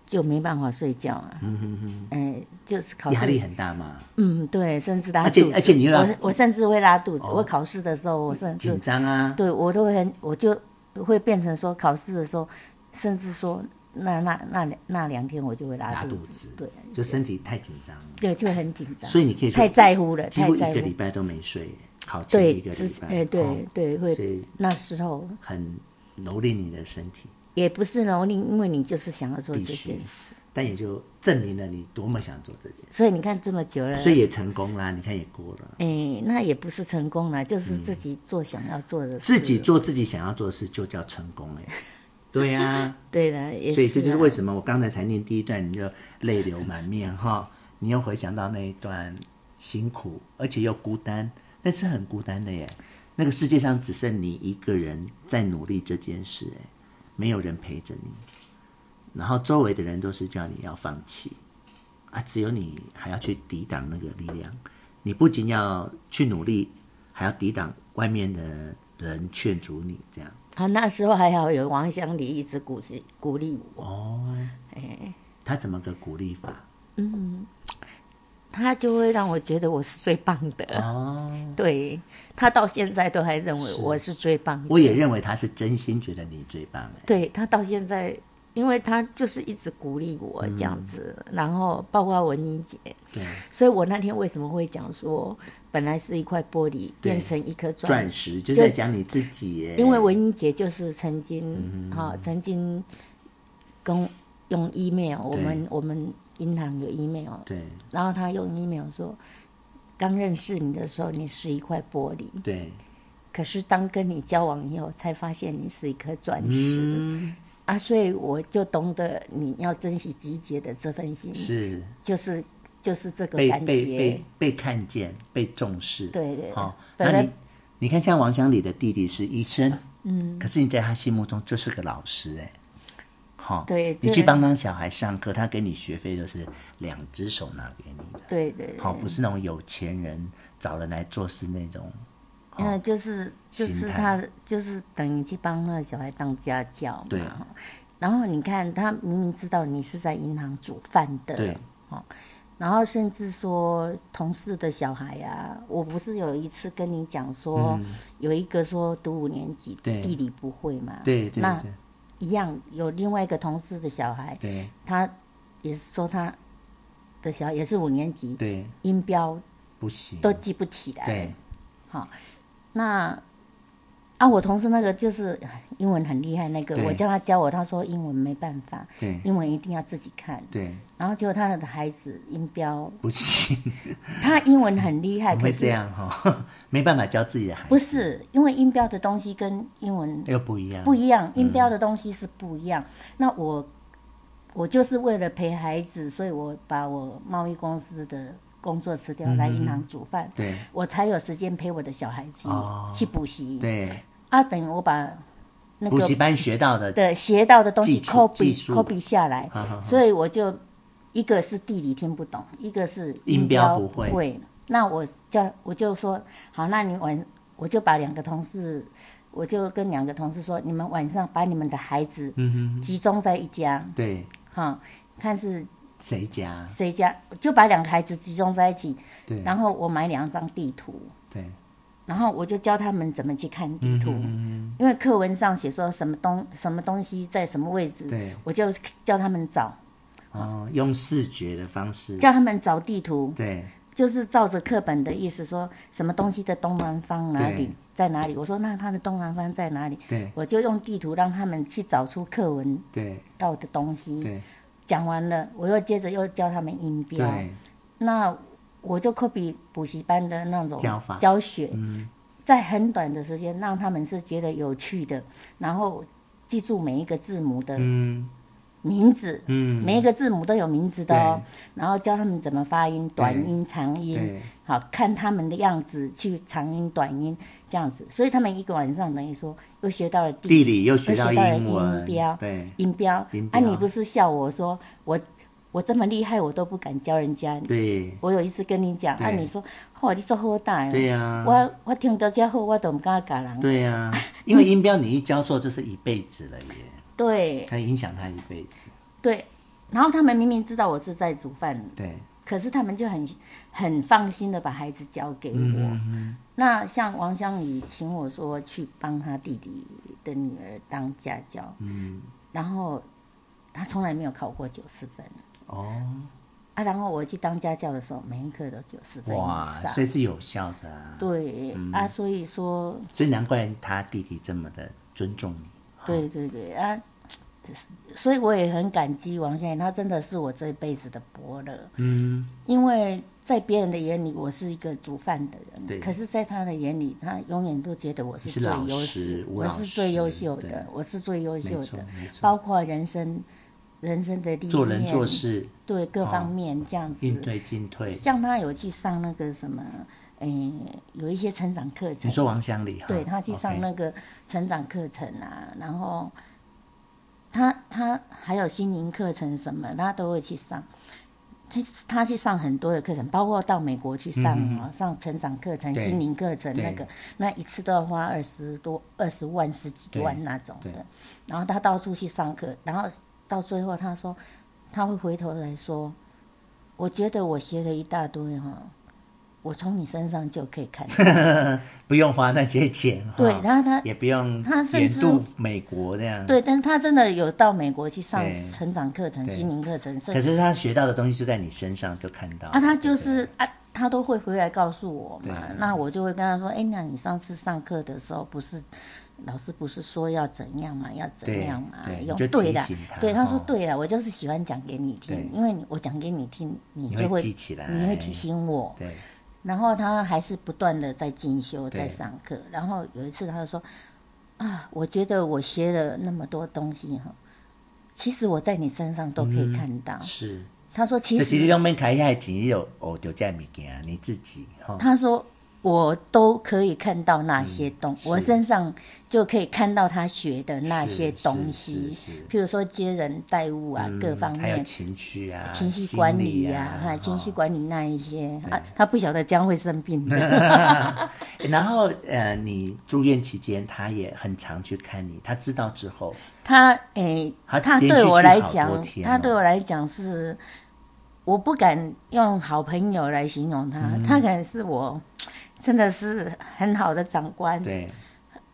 S2: 就没办法睡觉啊。嗯嗯嗯，哎，就是考
S1: 压
S2: 试
S1: 力很大嘛，
S2: 嗯，对，甚至拉
S1: 而且
S2: 肚子，
S1: 而且你又要哦
S2: 我我甚至会拉肚子。我考试的时候，我甚至
S1: 紧张啊，
S2: 对我都会很，我就会变成说考试的时候，甚至说那那那两那两天我就会拉
S1: 拉
S2: 肚
S1: 肚
S2: 子，
S1: 子，
S2: 对
S1: 就身体太紧张了，
S2: 对，就很紧张，
S1: 所以你可以说
S2: 太在乎了，
S1: 几
S2: 太
S1: 乎一
S2: 在
S1: 个
S2: 乎
S1: 礼，拜都没睡，考前一
S2: 对，
S1: 个
S2: 只
S1: 礼
S2: 是
S1: 拜，
S2: 哎
S1: 哦
S2: 对对
S1: 所
S2: 会
S1: 以
S2: 那时候
S1: 很蹂躏你的身体，
S2: 也不是呢，你因为你就是想要做这
S1: 必须
S2: 件事，
S1: 但也就证明了你多么想做这件事，
S2: 所以你看这么久了，
S1: 所以也成功啦。你看也过了，
S2: 哎，那也不是成功了，就是自己做想要做的事，
S1: 嗯自己做自己想要做的事就叫成功 哎、对啊呀、
S2: 对了，也
S1: 所以这就是
S2: 啊
S1: 为什么我刚才才念第一段你就泪流满面哈，你又回想到那一段辛苦，而且又孤单，那是很孤单的耶。那个世界上只剩你一个人在努力这件事，哎，没有人陪着你，然后周围的人都是叫你要放弃，啊，只有你还要去抵挡那个力量。你不仅要去努力，还要抵挡外面的人劝阻你，这样
S2: 啊，那时候还好有王香里一直鼓励鼓励我，
S1: 哦。他怎么个鼓励法？
S2: 他就会让我觉得我是最棒的。
S1: 哦，
S2: 对他到现在都还认为我是最棒的。
S1: 我也认为他是真心觉得你最棒哎。
S2: 对他到现在，因为他就是一直鼓励我这样子，
S1: 嗯
S2: 然后包括文英姐，
S1: 对，
S2: 所以我那天为什么会讲说，本来是一块玻璃
S1: 对
S2: 变成一颗
S1: 钻
S2: 钻石，
S1: 石就是在讲你自己耶。
S2: 因为文英姐就是曾经
S1: 嗯
S2: 哈、曾经跟用 email，我们我们银行有 email，
S1: 对
S2: 然后他用 email 说，刚认识你的时候，你是一块玻璃，
S1: 对，
S2: 可是当跟你交往以后，才发现你是一颗钻石、
S1: 嗯，
S2: 啊！所以我就懂得你要珍惜集结的这份心，
S1: 是
S2: 就是就是这个
S1: 被
S2: 嗯感
S1: 被
S2: 觉
S1: 被。被看见、被重视。
S2: 对对
S1: 哦，
S2: 本
S1: 那
S2: 来
S1: 你你看，像王祥礼的弟弟是医生，嗯，可是你在他心目中就是个老师哎。好、
S2: 对
S1: 你
S2: 对
S1: 去帮他小孩上课，他给你学费都是两只手拿给你的，
S2: 对对
S1: 好、
S2: 对，
S1: 不是那种有钱人找人来做事那种，
S2: 因为就是就
S1: 心
S2: 是
S1: 态
S2: 他就是等于去帮那个小孩当家教嘛。
S1: 对啊
S2: 哈然后你看，他明明知道你是在银行煮饭的，
S1: 对，
S2: 哦，然后甚至说同事的小孩啊，我不是有一次跟你讲说，有一个说读五年级
S1: 嗯对
S2: 地理不会嘛，
S1: 对对
S2: 那
S1: 对
S2: 一样有另外一个同事的小孩，
S1: 对
S2: 他也是说他的小孩也是五年级，
S1: 对，
S2: 音标
S1: 不行，
S2: 都哎记不起来，
S1: 对
S2: 那啊，我同事那个就是哎英文很厉害，那个
S1: 对
S2: 我叫他教我，他说英文没办法，
S1: 对
S2: 英文一定要自己看。
S1: 对，
S2: 然后结果他的孩子音标，
S1: 不 行，
S2: 他英文很厉害，
S1: 怎么
S2: 哎可
S1: 会这
S2: 是
S1: 样哈？ 没办法教自己的孩
S2: 不
S1: 子，
S2: 是因为音标的东西跟英文
S1: 又不一样，
S2: 不一样，音标的东西是不一样。那我我就是为了陪孩子，所以我把我贸易公司的工作辞掉，来
S1: 嗯
S2: 银行煮饭，
S1: 对
S2: 我才有时间陪我的小孩去、
S1: 哦
S2: 去补习。
S1: 对，
S2: 啊，等于我把那
S1: 补
S2: 个嗯
S1: 习班学到的，
S2: 的学到的东西
S1: 技术技
S2: copy
S1: 术啊
S2: copy 下来，
S1: 哈哈哈
S2: 所以我就一个是地理听不懂，一个是
S1: 音标不
S2: 标
S1: 会
S2: 那我叫我就说好，那你晚我就把两个同事，我就跟两个同事说，你们晚上把你们的孩子
S1: 嗯
S2: 集中在一家，
S1: 对
S2: 哈、看是
S1: 谁家，
S2: 谁家，就把两个孩子集中在一起，
S1: 对
S2: 然后我买两张地图，
S1: 对
S2: 然后我就教他们怎么去看地图，
S1: 嗯
S2: 因为课文上写说什么东什么东西在什么位置，
S1: 嗯对，
S2: 我就叫他们找，
S1: 哦，用视觉的方式，
S2: 叫他们找地图，
S1: 对
S2: 就是照着课本的意思说什么东西的东南方哪里
S1: 对
S2: 在哪里。我说那它的东南方在哪里？
S1: 对
S2: 我就用地图让他们去找出课文
S1: 对
S2: 要的东西。
S1: 对
S2: 讲完了，我又接着又教他们音标。
S1: 对
S2: 那我就 copy 补习班的那种
S1: 教法嗯
S2: 教学，在很短的时间让他们是觉得有趣的，然后记住每一个字母的
S1: 嗯
S2: 名字，
S1: 嗯
S2: 每一个字母都有名字的哦，然后教他们怎么发音，短音、长音，
S1: 对
S2: 好看他们的样子去长音、短音这样子，所以他们一个晚上等于说又学到了
S1: 地
S2: 地
S1: 理又学
S2: 又
S1: 到
S2: 学到了
S1: 英文，
S2: 音标
S1: 对
S2: 音标
S1: 音，
S2: 啊，
S1: 标
S2: 你不是笑我说我我这么厉害，我都不敢教人家，
S1: 对
S2: 我有一次跟你讲，
S1: 对
S2: 啊，你说，哦，你做好大哦，
S1: 对呀，
S2: 我我听到这好，我都唔敢教人。
S1: 对 呀，因为音标你一教错就是一辈子了耶，
S2: 对
S1: 它影响他一辈子，
S2: 对，然后他们明明知道我是在煮饭，
S1: 对
S2: 可是他们就很很放心的把孩子交给我。那像王湘宇请我说去帮他弟弟的女儿当家教，然后他从来没有考过九十分
S1: 哦。
S2: 啊。然后我去当家教的时候，每一科都九十分
S1: 哇
S2: 以，上
S1: 所。以是有效的啊，
S2: 对、啊，所以说
S1: 所以难怪他弟弟这么的尊重你。
S2: 对对对啊，所以我也很感激王先生，他真的是我这辈子的伯乐。嗯，因为在别人的眼里，我是一个煮饭的人，
S1: 对
S2: 嗯可是，在他的眼里，他永远都觉得我
S1: 你是
S2: 最
S1: 老
S2: 优
S1: 师
S2: 秀，
S1: 吴
S2: 我
S1: 老
S2: 是
S1: 师
S2: 最优秀
S1: 对
S2: 的，我是最优秀
S1: 没错
S2: 的
S1: 没错，
S2: 包括人生、人生的历练、
S1: 做人做事、
S2: 对各方面这样子。
S1: 应对进退。
S2: 像他有去上那个什么，诶、有一些成长课程
S1: 你。说王乡里哈，
S2: 对他去上
S1: OK
S2: 那个成长课程啊，然后他他还有心灵课程什么，他都会去上。他他去上很多的课程，包括到美国去上啊、上成长课程、
S1: 嗯对
S2: 心灵课程
S1: 对
S2: 那个，那一次都要花二十多、二十万、十几万
S1: 对
S2: 那种
S1: 对
S2: 的。然后他到处去上课，然后到最后他说，他会回头来说，我觉得我学了一大堆哈，我从你身上就可以看到。
S1: 不用花那些钱哈，
S2: 对，然后他
S1: 也不用
S2: 他甚
S1: 远
S2: 至
S1: 渡美国这样。，
S2: 对，但是他真的有到美国去上
S1: 嗯对
S2: 成长课程、
S1: 对
S2: 心灵课程，
S1: 可
S2: 是
S1: 是他学到的东西就在你身上就看到。
S2: 啊，他就是啊，他都会回来告诉我嘛。那我就会跟他说：“哎，那你上次上课的时候不是？”老师不是说要怎样嘛，要怎样嘛
S1: 对对，
S2: 用
S1: 你就
S2: 对
S1: 提
S2: 的
S1: 醒，他
S2: 对他说
S1: 哦
S2: 对了，我就是喜欢讲给你听，
S1: 对
S2: 因为你我讲给你听，你
S1: 你
S2: 就
S1: 会
S2: 会
S1: 记哎起来
S2: 你会提醒我，
S1: 对
S2: 然后他还是不断的在进修，
S1: 对
S2: 在上课。然后有一次他就说：“啊，我觉得我学了那么多东西哈，其实我在你身上都可以看到。
S1: 是，
S2: 他说：“啊其
S1: 嗯这其实
S2: 实，
S1: 用面开下钱有哦，就在物件你自己哈。
S2: 他说我都可以看到那些
S1: 嗯
S2: 东，我身上就可以看到他学的那
S1: 是
S2: 些
S1: 是
S2: 东
S1: 是
S2: 西
S1: 是，嗯
S2: 譬如说接人待物啊，各方
S1: 还有
S2: 面。”呃
S1: 情绪啊，
S2: 情绪
S1: 心
S2: 管
S1: 理
S2: 理
S1: 啊
S2: 呀、，哈、
S1: 哈
S2: 情绪管理那一些，啊，他不晓得将会生病的。
S1: 然后呃，你住院期间，他也很常去看你。他知道之后，
S2: 他诶、
S1: 他
S2: 他
S1: 连续
S2: 对我
S1: 去
S2: 来
S1: 好多
S2: 讲，
S1: 天
S2: 他
S1: 哦
S2: 对我来讲是我不敢用好朋友来形容他，
S1: 嗯
S2: 他可能是我真的是很好的长官，
S1: 对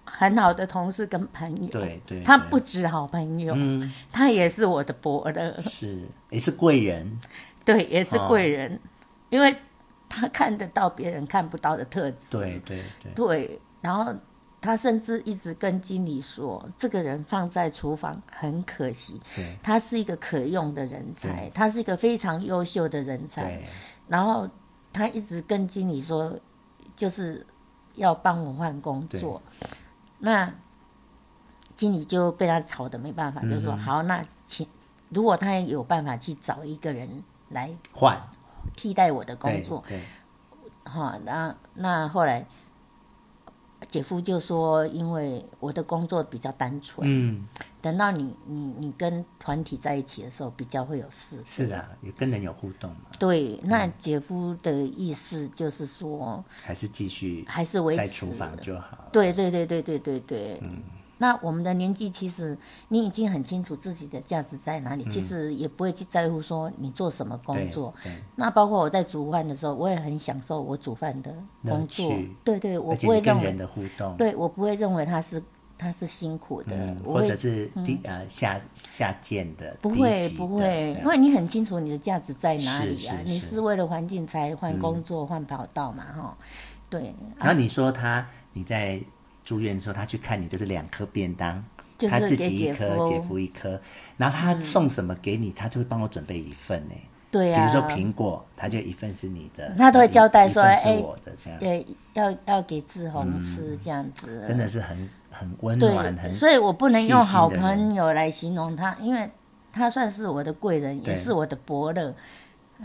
S2: 很好的同事跟朋友。
S1: 对对，
S2: 他
S1: 对嗯
S2: 不止好朋友，他也是我的伯乐，
S1: 是也是贵人，
S2: 对，也是贵
S1: 哦
S2: 人，因为他看得到别人看不到的特质。
S1: 对对对，
S2: 对，然后他甚至一直跟经理说，这个人放在厨房很可惜
S1: 对，
S2: 他是一个可用的人才，他是一个非常优秀的人才。
S1: 对
S2: 然后他一直跟经理说，就是要帮我换工作。那经理就被他吵得没办
S1: 嗯
S2: 法，就说好，那请如果他有办法去找一个人来
S1: 换
S2: 替代我的工
S1: 对
S2: 作，
S1: 对
S2: 哈，那那后来，姐夫就说，因为我的工作比较单纯，
S1: 嗯，
S2: 等到你你你跟团体在一起的时候，比较会有事。
S1: 是啊，也跟人有互动嘛，
S2: 对，
S1: 嗯
S2: 那姐夫的意思就是说，
S1: 还是继续
S2: 还是维持
S1: 在厨房就好。
S2: 对对对对对对对。
S1: 嗯
S2: 那我们的年纪，其实你已经很清楚自己的价值在哪里，
S1: 嗯
S2: 其实也不会去在乎说你做什么工
S1: 对
S2: 作。
S1: 对
S2: 那包括我在煮饭的时候，我也很享受我煮饭的
S1: 乐
S2: 工作
S1: 趣。
S2: 对对，我
S1: 而
S2: 不
S1: 且
S2: 会
S1: 你跟
S2: 认为
S1: 人的互动，
S2: 对我不会认为他是他是辛苦的，
S1: 嗯，
S2: 我
S1: 或
S2: 会
S1: 者是低呃下下贱的，
S2: 不
S1: 低
S2: 会
S1: 级
S2: 不
S1: 的
S2: 会
S1: 这，
S2: 因
S1: 样
S2: 为你很清楚你的价值在哪里
S1: 是是
S2: 啊，
S1: 嗯
S2: 你
S1: 是
S2: 是为了环境才换工作、换跑道嘛，哈，对，
S1: 然后你说他你在住院的时候，他去看你就是两颗便当，
S2: 就
S1: 他
S2: 是
S1: 自
S2: 给
S1: 己一
S2: 姐
S1: 颗，姐
S2: 夫，嗯
S1: 夫一颗，然后他送什么给你，他就会帮我准备一份呢。
S2: 对啊
S1: 比
S2: 呀、
S1: 如
S2: 嗯
S1: 说苹果，他就一份是你的，
S2: 他都会
S1: 一
S2: 交代说
S1: 一份
S2: 哎
S1: 是我的这样，
S2: 对，要要给志宏吃、这样子，
S1: 嗯真的是很很温暖，
S2: 对，
S1: 很
S2: 所以我不能用
S1: 细心的
S2: 好
S1: 人
S2: 朋友来形容他，因为他算是我的贵人，
S1: 对
S2: 也是我的伯乐，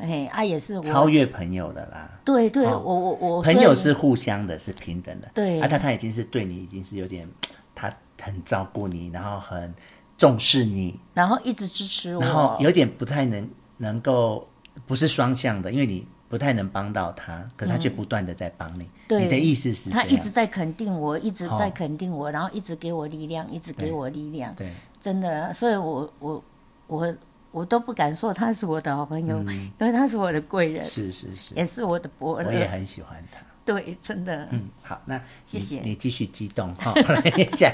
S2: 哎，啊，也是
S1: 超
S2: 我，
S1: 越朋友的啦。
S2: 对对，
S1: 哦
S2: 我我我
S1: 朋
S2: 所以
S1: 友是互相的，是平等的。
S2: 对
S1: 啊，他他已经是对你已经是有点，他很照顾你，然后很重视你，
S2: 然后一直支持我，
S1: 然后有点不太能能够不是双向的，因为你不太能帮到他，可是他却不断的在帮你。
S2: 嗯对
S1: 你的意思是
S2: 他
S1: 这
S2: 一
S1: 样
S2: 直在肯定我，一直在
S1: 哦
S2: 肯定我，然后一直给我力量，一直给我力量，
S1: 对
S2: 真的，啊所以我我我我都不敢说他是我的好朋友，因为他是我的贵人，
S1: 是是是，
S2: 也是我的伯
S1: 嗯我也
S2: 乐，
S1: 很喜欢他。
S2: 对，真的，
S1: 嗯，好，那
S2: 谢
S1: 你
S2: 谢
S1: 你继续激动 哈，下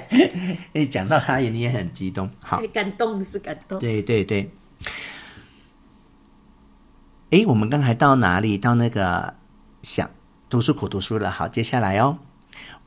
S1: 你讲到他也你也很激动，好，
S2: 感动是感动，
S1: 对对对。诶，我们刚才到哪里？到那个想读书苦读书了。好，接下来哦，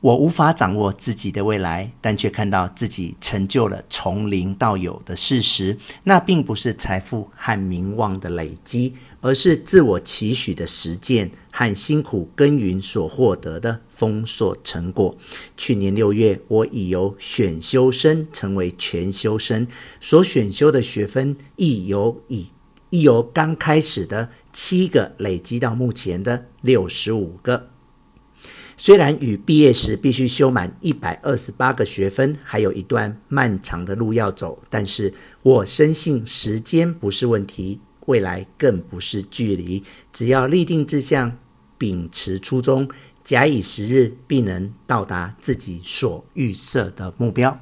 S1: 我无法掌握自己的未来，但却看到自己成就了从零到有的事实。那并不是财富和名望的累积，而是自我期许的实践和辛苦耕耘所获得的丰硕成果。去年六月，我已由选修生成为全修生，所选修的学分亦由已亦由刚开始的七个累积到目前的六十五个。虽然与毕业时必须修满一百二十八个学分，还有一段漫长的路要走，但是我深信时间不是问题，未来更不是距离。只要立定志向，秉持初衷，假以时日，必能到达自己所预设的目标。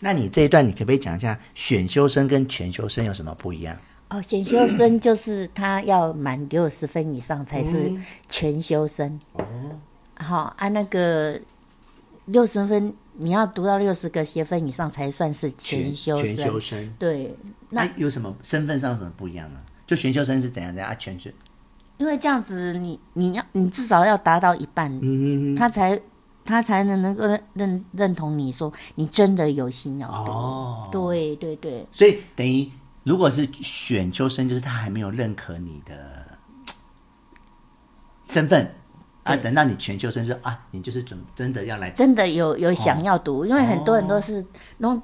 S1: 那你这一段，你可不可以讲一下选修生跟全修生有什么不一样？
S2: 哦，选修生就是他要满六十分以上才是
S1: 嗯
S2: 全修生。哦，好，按、那个六十分，你要读到六十个学分以上才算是全修生。
S1: 全修生，
S2: 对，
S1: 那
S2: 那
S1: 有什么身份上有什么不一样呢？就选修生是怎样的啊？全修
S2: 因为这样子你，你要你至少要达到一半，
S1: 嗯
S2: 他才他才能能够认认认同你说你真的有心要读。
S1: 哦，
S2: 对对对
S1: 所以等于如果是选修生，就是他还没有认可你的嘖身份啊。等到你全修生说啊，你就是准真的要来
S2: 真的有有
S1: 哦
S2: 想要读，因为很多人都是弄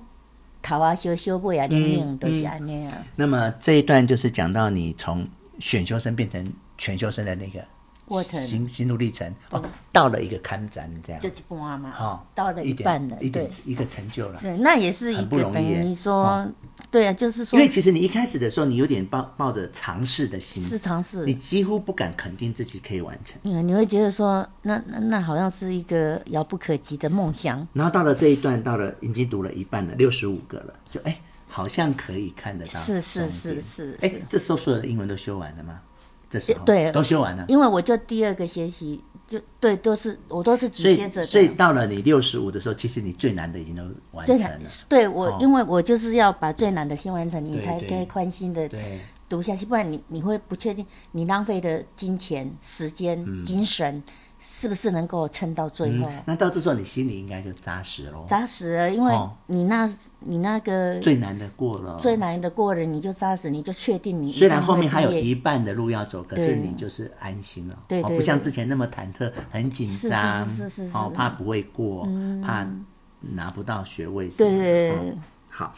S2: 头啊修修不
S1: 嗯
S2: 啊，零零都是安尼啊。
S1: 那么这一段就是讲到你从选修生变成全修生的那个
S2: 过程
S1: 心心路历程哦，到了一个看展这样
S2: 就，一半嘛，
S1: 哦，
S2: 到了
S1: 一
S2: 一
S1: 点
S2: 半了，
S1: 一点
S2: 对
S1: 一个成就了。
S2: 对，那也是一
S1: 很不
S2: 个
S1: 容易
S2: 等于
S1: 耶哦
S2: 说，对啊，就是说
S1: 因为其实你一开始的时候，你有点抱抱着尝试的心，
S2: 是尝试
S1: 你，几乎不敢肯定自己可以完成。
S2: 因为你会觉得说，那那那好像是一个遥不可及的梦想，
S1: 然后到了这一段，到了已经读了一半了，六十五个了，就哎，好像可以看得到
S2: 是是
S1: 终点
S2: 是是
S1: 哎
S2: 是，
S1: 这时候所有的英文都修完了吗？这时候
S2: 对
S1: 都修完了。
S2: 因为我就第二个学期就对，都是我都是
S1: 所
S2: 紧接
S1: 以，
S2: 着的。
S1: 所以到了你六十五的时候，其实你最难的已经都完
S2: 最
S1: 成
S2: 难
S1: 了。，
S2: 对我、
S1: 哦
S2: 因为我就是要把最难的先完成，你
S1: 对
S2: 才
S1: 对
S2: 可以宽心的
S1: 对，
S2: 读下去，不然你你会不确定你浪费的金钱、时间、
S1: 嗯
S2: 精神是不是能够撑到最后。
S1: 那到这时候你心里应该就扎实喽，
S2: 扎实了，因为
S1: 哦
S2: 你那、你那个
S1: 最难的过了。
S2: 最难的过了，你就扎实，你就确定你一
S1: 虽然
S2: 定
S1: 后
S2: 会
S1: 面还有
S2: 毕业
S1: 一半的路要走，可是
S2: 对
S1: 你就是安心了，
S2: 对
S1: 哦
S2: 对
S1: 不像
S2: 对
S1: 之前那么忐忑、很紧张，
S2: 是是是是是
S1: 哦，怕不会过，怕拿不到学位什么的，
S2: 对对对对
S1: 哦好，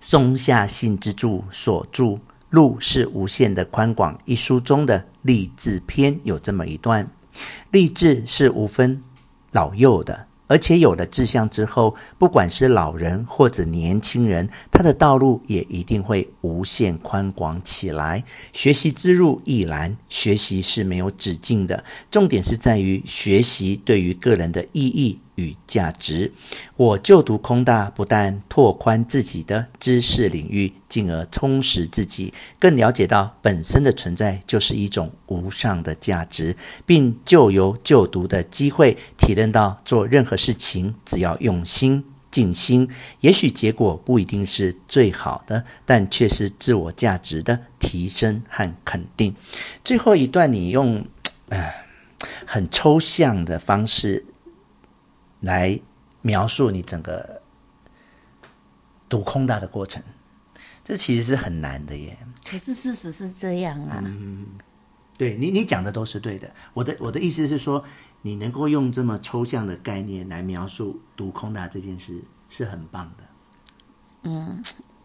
S1: 松下幸之助所著《路是无限的宽广》一书中的励志篇有这么一段：励志是无分老幼的，而且有了志向之后，不管是老人或者年轻人，他的道路也一定会无限宽广起来。学习之路亦然，学习是没有止境的，重点是在于学习对于个人的意义与价值。我就读空大，不但拓宽自己的知识领域，进而充实自己，更了解到本身的存在就是一种无上的价值，并就由就读的机会体认到做任何事情只要用心。尽心，也许结果不一定是最好的，但却是自我价值的提升和肯定。最后一段，你用呃很抽象的方式来描述你整个读空大的过程，这其实是很难的耶。
S2: 可是事实是这样啊，
S1: 嗯对你，你讲的都是对的。我的我的意思是说，你能够用这么抽象的概念来描述读空大这件事，是很棒的。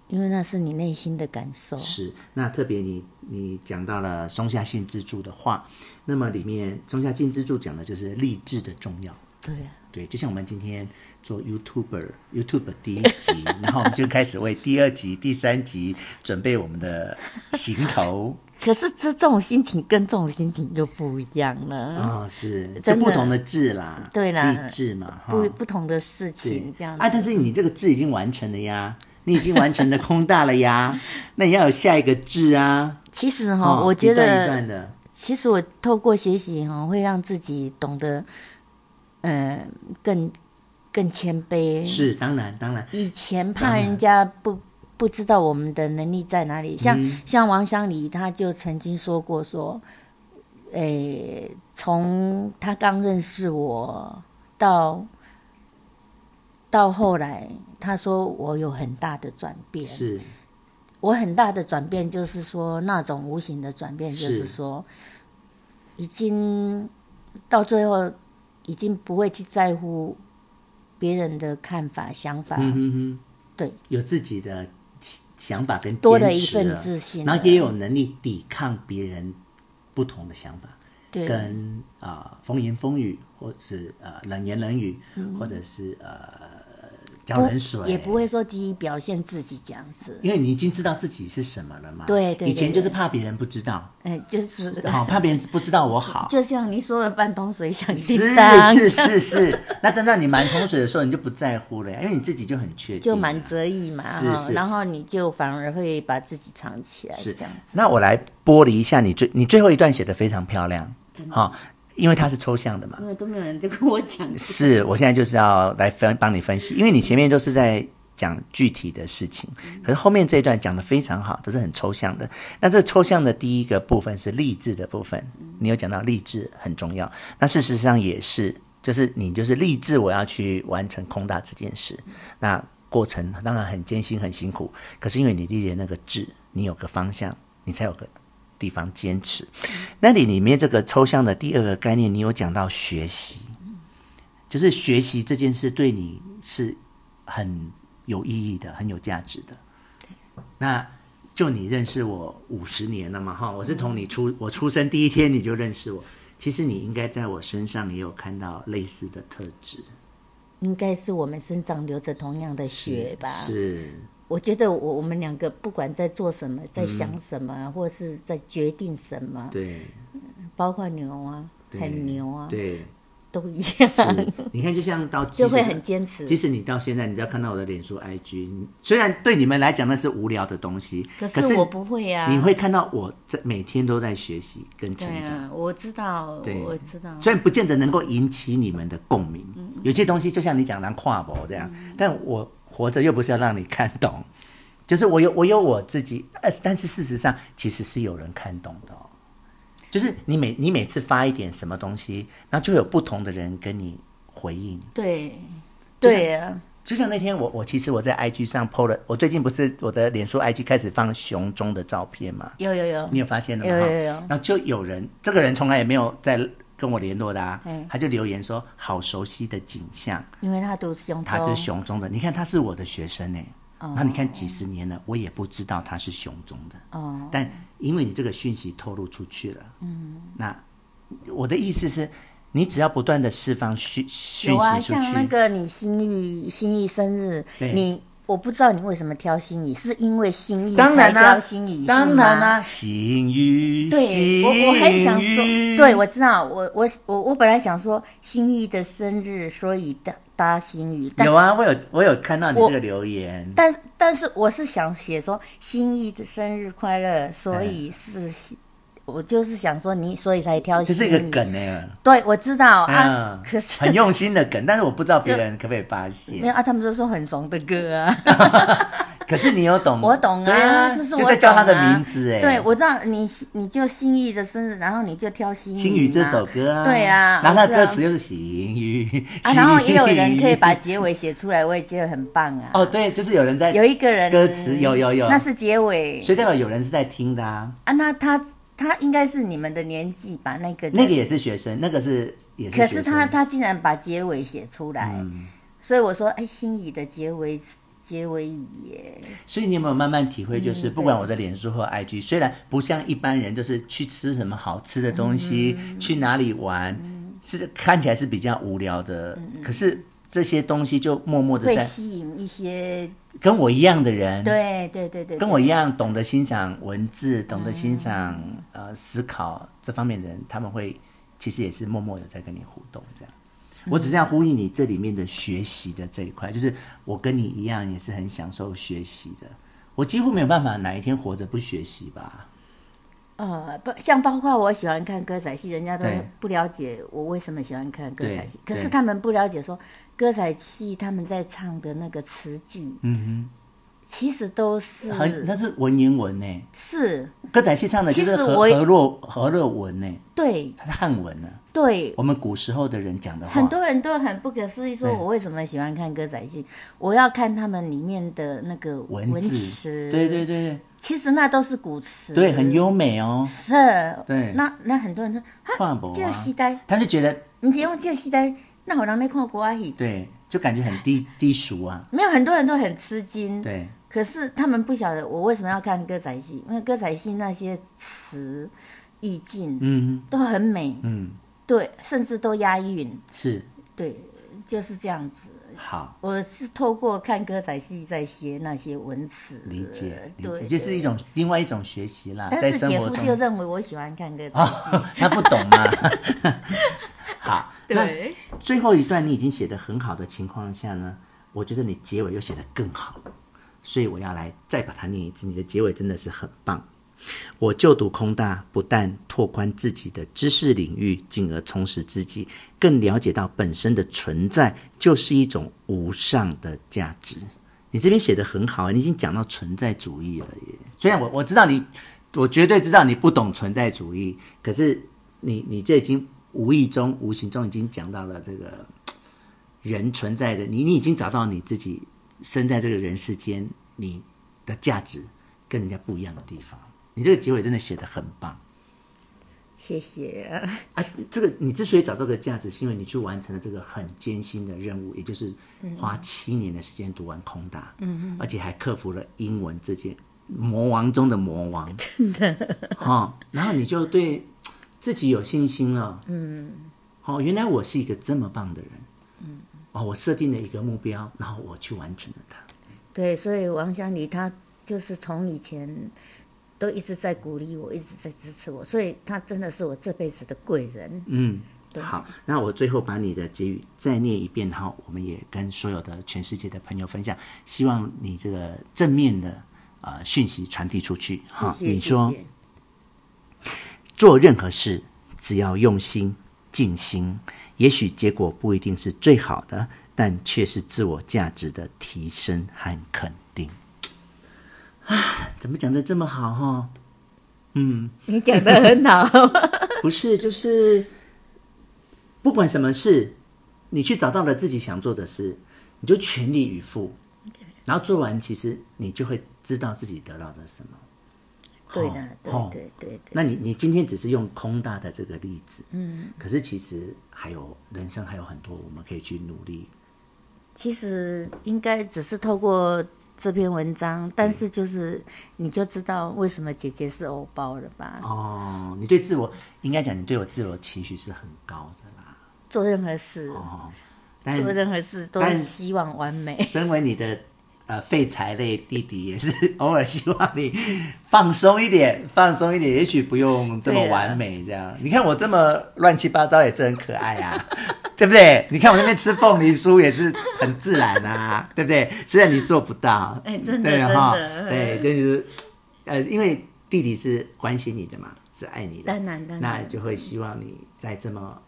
S2: 因为那是你内心的感受。
S1: 是，那特别你你讲到了松下幸之助的话，那么里面松下幸之助讲的就是励志的重要。
S2: 对啊，
S1: 对，就像我们今天做 YouTuber YouTube 第一集， 然后我们就开始为第二集、第三集准备我们的行 头
S2: 可是这这种心情跟这种心情就不一样了。
S1: 啊、哦，是就
S2: 嗯真的
S1: 不同的志啦，
S2: 对啦
S1: 励志嘛，哈
S2: 不不同的事
S1: 对
S2: 情这样子
S1: 啊，嗯但是你这个志已经完成了呀，你已经完成了空大了呀，那你要有下一个志啊。
S2: 其实哈、
S1: 哦
S2: 我觉
S1: 一段
S2: 得
S1: 一段的，
S2: 其实我透过学习哈、会让自己懂得，呃，更更谦卑。
S1: 是当然当然，
S2: 以前怕人家不不知道我们的能力在哪里，像、
S1: 嗯
S2: 像王湘礼，他就曾经说过说，诶、从他刚认识我到到后来，他说我有很大的转变，
S1: 是
S2: 我很大的转变就是说，那种无形的转变，就是说，已经到最后，已经不会去在乎别人的看法、想法，
S1: 嗯哼
S2: 对，
S1: 有自己的起想法跟
S2: 多了
S1: 坚
S2: 一
S1: 持
S2: 份
S1: 了
S2: 自信啊了，
S1: 然后也有能力抵抗别人不同的想法，
S2: 对
S1: 跟啊、呃风言风语，或是呃冷言冷语，或者是呃浇冷水，
S2: 嗯不也不会说急于表现自己这样子，
S1: 因为你已经知道自己是什么了嘛。
S2: 对对
S1: 以前
S2: 对
S1: 就是怕别人不知道，
S2: 哎，就是。
S1: 好、怕别人不知道我好
S2: 就像你说的半桶水响叮
S1: 是
S2: 当，
S1: 是是是，那等到你满桶水的时候，你就不在乎了呀，因为你自己就很确定了，
S2: 就蛮折意嘛，
S1: 是
S2: 哈
S1: 是
S2: 然后你就反而会把自己藏起来，
S1: 是
S2: 这样。
S1: 那我来剥离一下你最你最后一段写的非常漂亮，好、因为它是抽象的嘛
S2: 因。为都没有人就跟我讲，
S1: 是我现在就是要来分帮你分析，因为你前面都是在讲具体的事情，可是后面这一段讲的非常好，都是很抽象的。那这抽象的第一个部分是励志的部分，你有讲到励志很重要，那事实上也是，就是你就是励志我要去完成空大这件事，那过程当然很艰辛很辛苦，可是因为你立了那个志，你有个方向，你才有个地方坚持。那你里面这个抽象的第二个概念，你有讲到学习，就是学习这件事对你是很有意义的，很有价值的。那就你认识我五十年了嘛，哈，我是从你
S2: 嗯
S1: 出我出生第一天你就认识我，其实你应该在我身上也有看到类似的特质，
S2: 应该是我们身上流着同样的血吧。
S1: 是
S2: 我觉得我我们两个不管在做什么，在想什么，或是在决定什么，
S1: 嗯对
S2: 包括牛啊，
S1: 对
S2: 很牛啊，
S1: 对
S2: 都一样，
S1: 是，你看，就像到即
S2: 就
S1: 使
S2: 会很坚持
S1: 即。使你到现在，你只要看到我的脸书、IG，你虽然对你们来讲那是无聊的东西，
S2: 可
S1: 可
S2: 是我不会呀、
S1: 你
S2: 啊，
S1: 会看到我在每天都在学习跟成
S2: 对
S1: 长。
S2: 啊，我知道，
S1: 对
S2: 我知道，嗯
S1: 虽然不见得能够引起你们的共鸣，有些东西就像你讲“难跨博”这样，但我活着又不是要让你看懂，就是我有我有我自己，呃，但是事实上其实是有人看懂的、哦，就是你每你每次发一点什么东西，然后就有不同的人跟你回应。
S2: 对，
S1: 就是
S2: 对啊，
S1: 就像那天我我其实我在 IG 上 PO 了，我最近不是我的脸书 IG 开始放熊中的照片嘛，
S2: 有有有
S1: 你，有发现的吗？
S2: 有有
S1: 哈
S2: 有
S1: 然后就有人，这个人从来也没有在跟我联络的啊
S2: 嗯，
S1: 他就留言说好熟悉的景象，
S2: 因为他读熊
S1: 他就是
S2: 中
S1: 熊中的，你看他是我的学生呢、然后你看几十年了，我也不知道他是熊中的，
S2: 哦，
S1: 但因为你这个讯息透露出去了，嗯，那我的意思是，你只要不断的释放讯讯
S2: 有啊，
S1: 息出
S2: 像那
S1: 去，
S2: 个你心意心意生日，
S1: 对
S2: 你我不知道你为什么挑心仪，是因为心意
S1: 当然
S2: 才
S1: 啦、
S2: 挑心仪，
S1: 当然啊
S2: 啦、
S1: 啦、心语，
S2: 啊对，我我还想说，对我知道，我我我我本来想说心意的生日，所以搭搭心仪，但
S1: 有啊，我有我有看到你
S2: 我
S1: 这个留言，
S2: 但但是我是想写说心意的生日快乐，所以是心，我就是想说你，所以才挑
S1: 哎这
S2: 心意。
S1: 是一个梗哎、
S2: 对，我知道啊，
S1: 嗯，
S2: 可是
S1: 很用心的梗，但是我不知道别人可不可以发现
S2: 没。有啊，他们都说很怂的歌啊，
S1: 可是你有懂，
S2: 我懂
S1: 对啊，
S2: 就是
S1: 就
S2: 我
S1: 在叫他的
S2: 懂啊
S1: 名字哎、
S2: 对，我知道你你就心意的生日，然后你就挑心意嘛
S1: 星宇这首歌啊，
S2: 对啊
S1: 然后他的
S2: 我知道
S1: 歌词又是星宇，
S2: 啊，然后也有
S1: 星
S2: 人
S1: 宇
S2: 可以把结尾写出来，我也觉得很棒啊。
S1: 哦，对，就是有人在，
S2: 有一个人
S1: 歌词有有有
S2: 那是结尾
S1: 所以代表有人是在听的啊，
S2: 啊，那他他应该是你们的年纪吧？那个
S1: 那个也是学生，那个是也是
S2: 可
S1: 学嗯
S2: 是
S1: 生，
S2: 他他竟然把结尾写出来，所以我说，哎，心仪的结尾结尾语耶，
S1: 所以你有没有慢慢体会，就是
S2: 嗯
S1: 不管我的脸书或 IG，、虽然不像一般人，就是去吃什么好吃的东西，
S2: 嗯
S1: 去哪里玩，是看起来是比较无聊的，可是这些东西就默默的
S2: 嗯会
S1: 在
S2: 吸引一些
S1: 跟我一样的人，
S2: 对对对
S1: 嗯
S2: 对，
S1: 跟我一样懂得欣赏文字、懂得欣赏、呃思考这方面的人，他们会其实也是默默有在跟你互动这样。
S2: 嗯
S1: 我只是要呼吁你这里面的学习的这一块，就是我跟你一样也是很享受学习的。我几乎没有办法哪一天活着不学习吧。
S2: 呃，不像包括我喜欢看歌仔戏，人家都
S1: 对
S2: 不了解我为什么喜欢看歌仔戏，
S1: 对
S2: 可
S1: 对
S2: 是他们不了解说歌仔戏他们在唱的那个词句，嗯哼，其实都是
S1: 很那是文言文呢、
S2: 是
S1: 歌仔戏唱的就
S2: 其
S1: 是
S2: 实
S1: 河
S2: 我也
S1: 河洛河洛文呢、
S2: 对
S1: 它是汉文呢、啊
S2: 对，
S1: 我们古时候的人讲的话，
S2: 很多人都很不可思议，说
S1: 对
S2: 我为什么喜欢看歌仔戏？我要看他们里面的那个
S1: 文字，
S2: 词，
S1: 对对对
S2: 其实那都是古词，
S1: 对，很优美哦，
S2: 是，
S1: 对
S2: 那那很多人说，
S1: 跨
S2: 哈
S1: 博，
S2: 这个
S1: 啊
S2: 时代，
S1: 他就觉得
S2: 你只用这个时代，那好让你看国外戏，
S1: 对，就感觉很 低低俗啊。
S2: 没有很多人都很吃惊，
S1: 对，
S2: 可是他们不晓得我为什么要看歌仔戏，因为歌仔戏那些词意境，
S1: 嗯，
S2: 都很美，
S1: 嗯，
S2: 对，甚至都押韵，
S1: 是
S2: 对，就是这样子。
S1: 好
S2: 我是透过看歌仔戏在学那些文词，
S1: 理解理
S2: 对，
S1: 解，就是一种另外一种学习啦，在
S2: 但是
S1: 生
S2: 姐
S1: 活
S2: 夫
S1: 中
S2: 就认为我喜欢看歌仔戏，
S1: 哦， 他不懂嘛。好，那
S2: 对，
S1: 最后一段你已经写得很好的情况下呢，我觉得你结尾又写得更好，所以我要来再把它念一次。你的结尾真的是很棒。我就读空大，不但拓宽自己的知识领域，进而充实自己，更了解到本身的存在就是一种无上的价值。你这边写的很好，你已经讲到存在主义了耶。虽然我我知道你，我绝对知道你不懂存在主义，可是你你这已经无意中、无形中已经讲到了这个人存在的你，你已经找到你自己生在这个人世间，你的价值跟人家不一样的地方。你这个结尾真的写的很棒
S2: 谢谢。
S1: 啊！这个你之所以找这个价值，是因为你去完成了这个很艰辛的任务，也就是花七年的时间读完空大，嗯，而且还克服了英文这件魔王中的魔王， 真的哈、哦。然后你就对自己有信心了，嗯，哦，原来我是一个这么棒的人，嗯，哦，我设定了一个目标，然后我去完成了它，
S2: 对，所以王香里他就是从以前都一直在鼓励我，一直在支持我，所以他真的是我这辈子的贵人。
S1: 嗯，
S2: 对
S1: 好，那我最后把你的结语再念一遍哈，我们也跟所有的全世界的朋友分享，希望你这个正面的呃讯息传递出去哈。
S2: 谢谢，
S1: 你说
S2: 谢谢
S1: 做任何事，只要用心、尽心，也许结果不一定是最好的，但却是自我价值的提升和肯定。啊，怎么讲的这么好哈、
S2: 你讲的很好，
S1: 不是，就是不管什么事，你去找到了自己想做的事，你就全力以赴，然后做完，其实你就会知道自己得到了什么。
S2: 对的，对
S1: 哦
S2: 对对对，
S1: 那你你今天只是用空大的这个例子，嗯，可是其实还有人生还有很多我们可以去努力，
S2: 其实应该只是透过这篇文章，但是就是你就知道为什么姐姐是欧包了吧？
S1: 哦，你对自我应该讲，你对我自我期许是很高的啦。
S2: 做任何事，
S1: 但
S2: 做任何事都
S1: 哦但
S2: 是希望完美。
S1: 身为你的呃废材类弟弟，也是 偶尔希望你放松一点，放松一点，也许不用这么
S2: 对啦
S1: 完美这样。你看我这么乱七八糟也是很可爱 啊，对不对？你看我那边吃凤梨酥也是很自然啊，对不对？虽然你做不到，
S2: 哎真的
S1: 对哈
S2: 真的
S1: 对，这就是呃，因为弟弟是关心你的嘛，是爱你的，
S2: 当然当然
S1: 那就会希望你在这么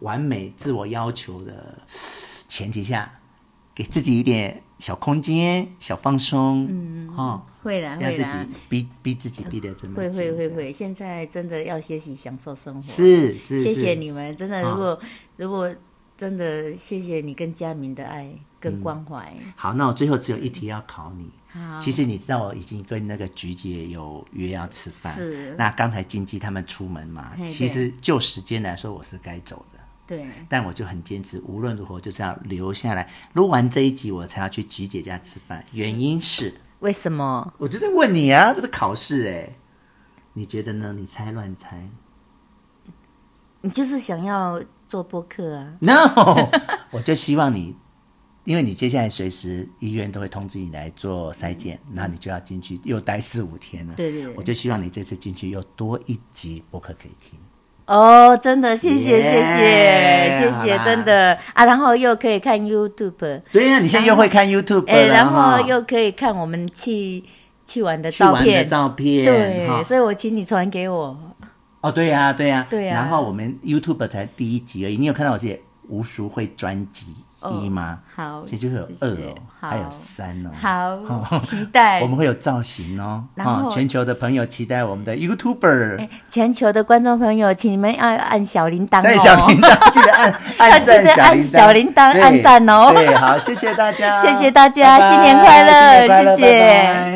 S1: 完美自我要求的前提下，给自己一点小空间、小放松，嗯，哦，
S2: 会啦
S1: 让
S2: 会
S1: 自
S2: 啦
S1: 己，逼逼自己逼得这么
S2: 会会
S1: 紧
S2: 会会，现在真的要学习享受生活。
S1: 是是，
S2: 谢谢
S1: 是，
S2: 你们，真的，
S1: 啊
S2: 如果如果真的谢谢你跟佳明的爱跟关怀。
S1: 好，那我最后只有一题要考你。
S2: 好，
S1: 其实你知道，我已经跟那个菊姐有约要吃饭。
S2: 是
S1: 那刚才金鸡他们出门嘛
S2: 嘿，
S1: 其实就时间来说，我是该走的。
S2: 对，
S1: 但我就很坚持，无论如何就是要留下来录完这一集，我才要去菊姐家吃饭。原因是，
S2: 为什么？
S1: 我就在问你啊，这是考试哎、你觉得呢？你猜乱猜
S2: 你就是想要做播客啊？
S1: ？No，我就希望你，因为你接下来随时医院都会通知你来做筛检，那你就要进去又待四五天了。
S2: 嗯对对对
S1: 我就希望你这次进去又多一集播客可以听。
S2: 哦，真的，谢谢
S1: Yeah，
S2: 谢谢谢
S1: 好啦
S2: 谢，真的啊，然后又可以看 YouTube，
S1: 对啊呀、你现在又会看 YouTube 了
S2: 哎，然
S1: 哈
S2: 后又可以看我们去去玩的
S1: 去
S2: 照
S1: 玩的
S2: 片，
S1: 照片，哈
S2: 对，所以我请你传给我，
S1: 哦，对呀、对呀、
S2: 对呀
S1: 然后我们 YouTube 才第一集而已，你有看到我写吴淑慧专辑一吗？
S2: 哦好
S1: 所以就会有
S2: 谢谢
S1: 二哦，
S2: 好
S1: 还有三哦。
S2: 好，期待
S1: 我们会有造型哦，
S2: 然后哎
S1: 啊全球的朋友期待我们的 YouTuber，
S2: 全球的观众朋友，请你们要按小铃铛
S1: 对小铃
S2: 哦，
S1: 铛，记得 按按赞，
S2: 记得按
S1: 小
S2: 小
S1: 铃
S2: 铃
S1: 铛
S2: 铛
S1: 对
S2: 按赞哦
S1: 对，好，谢谢大家，
S2: 谢谢大家
S1: 拜拜
S2: 新年快乐
S1: 新年快乐
S2: 谢谢
S1: 拜拜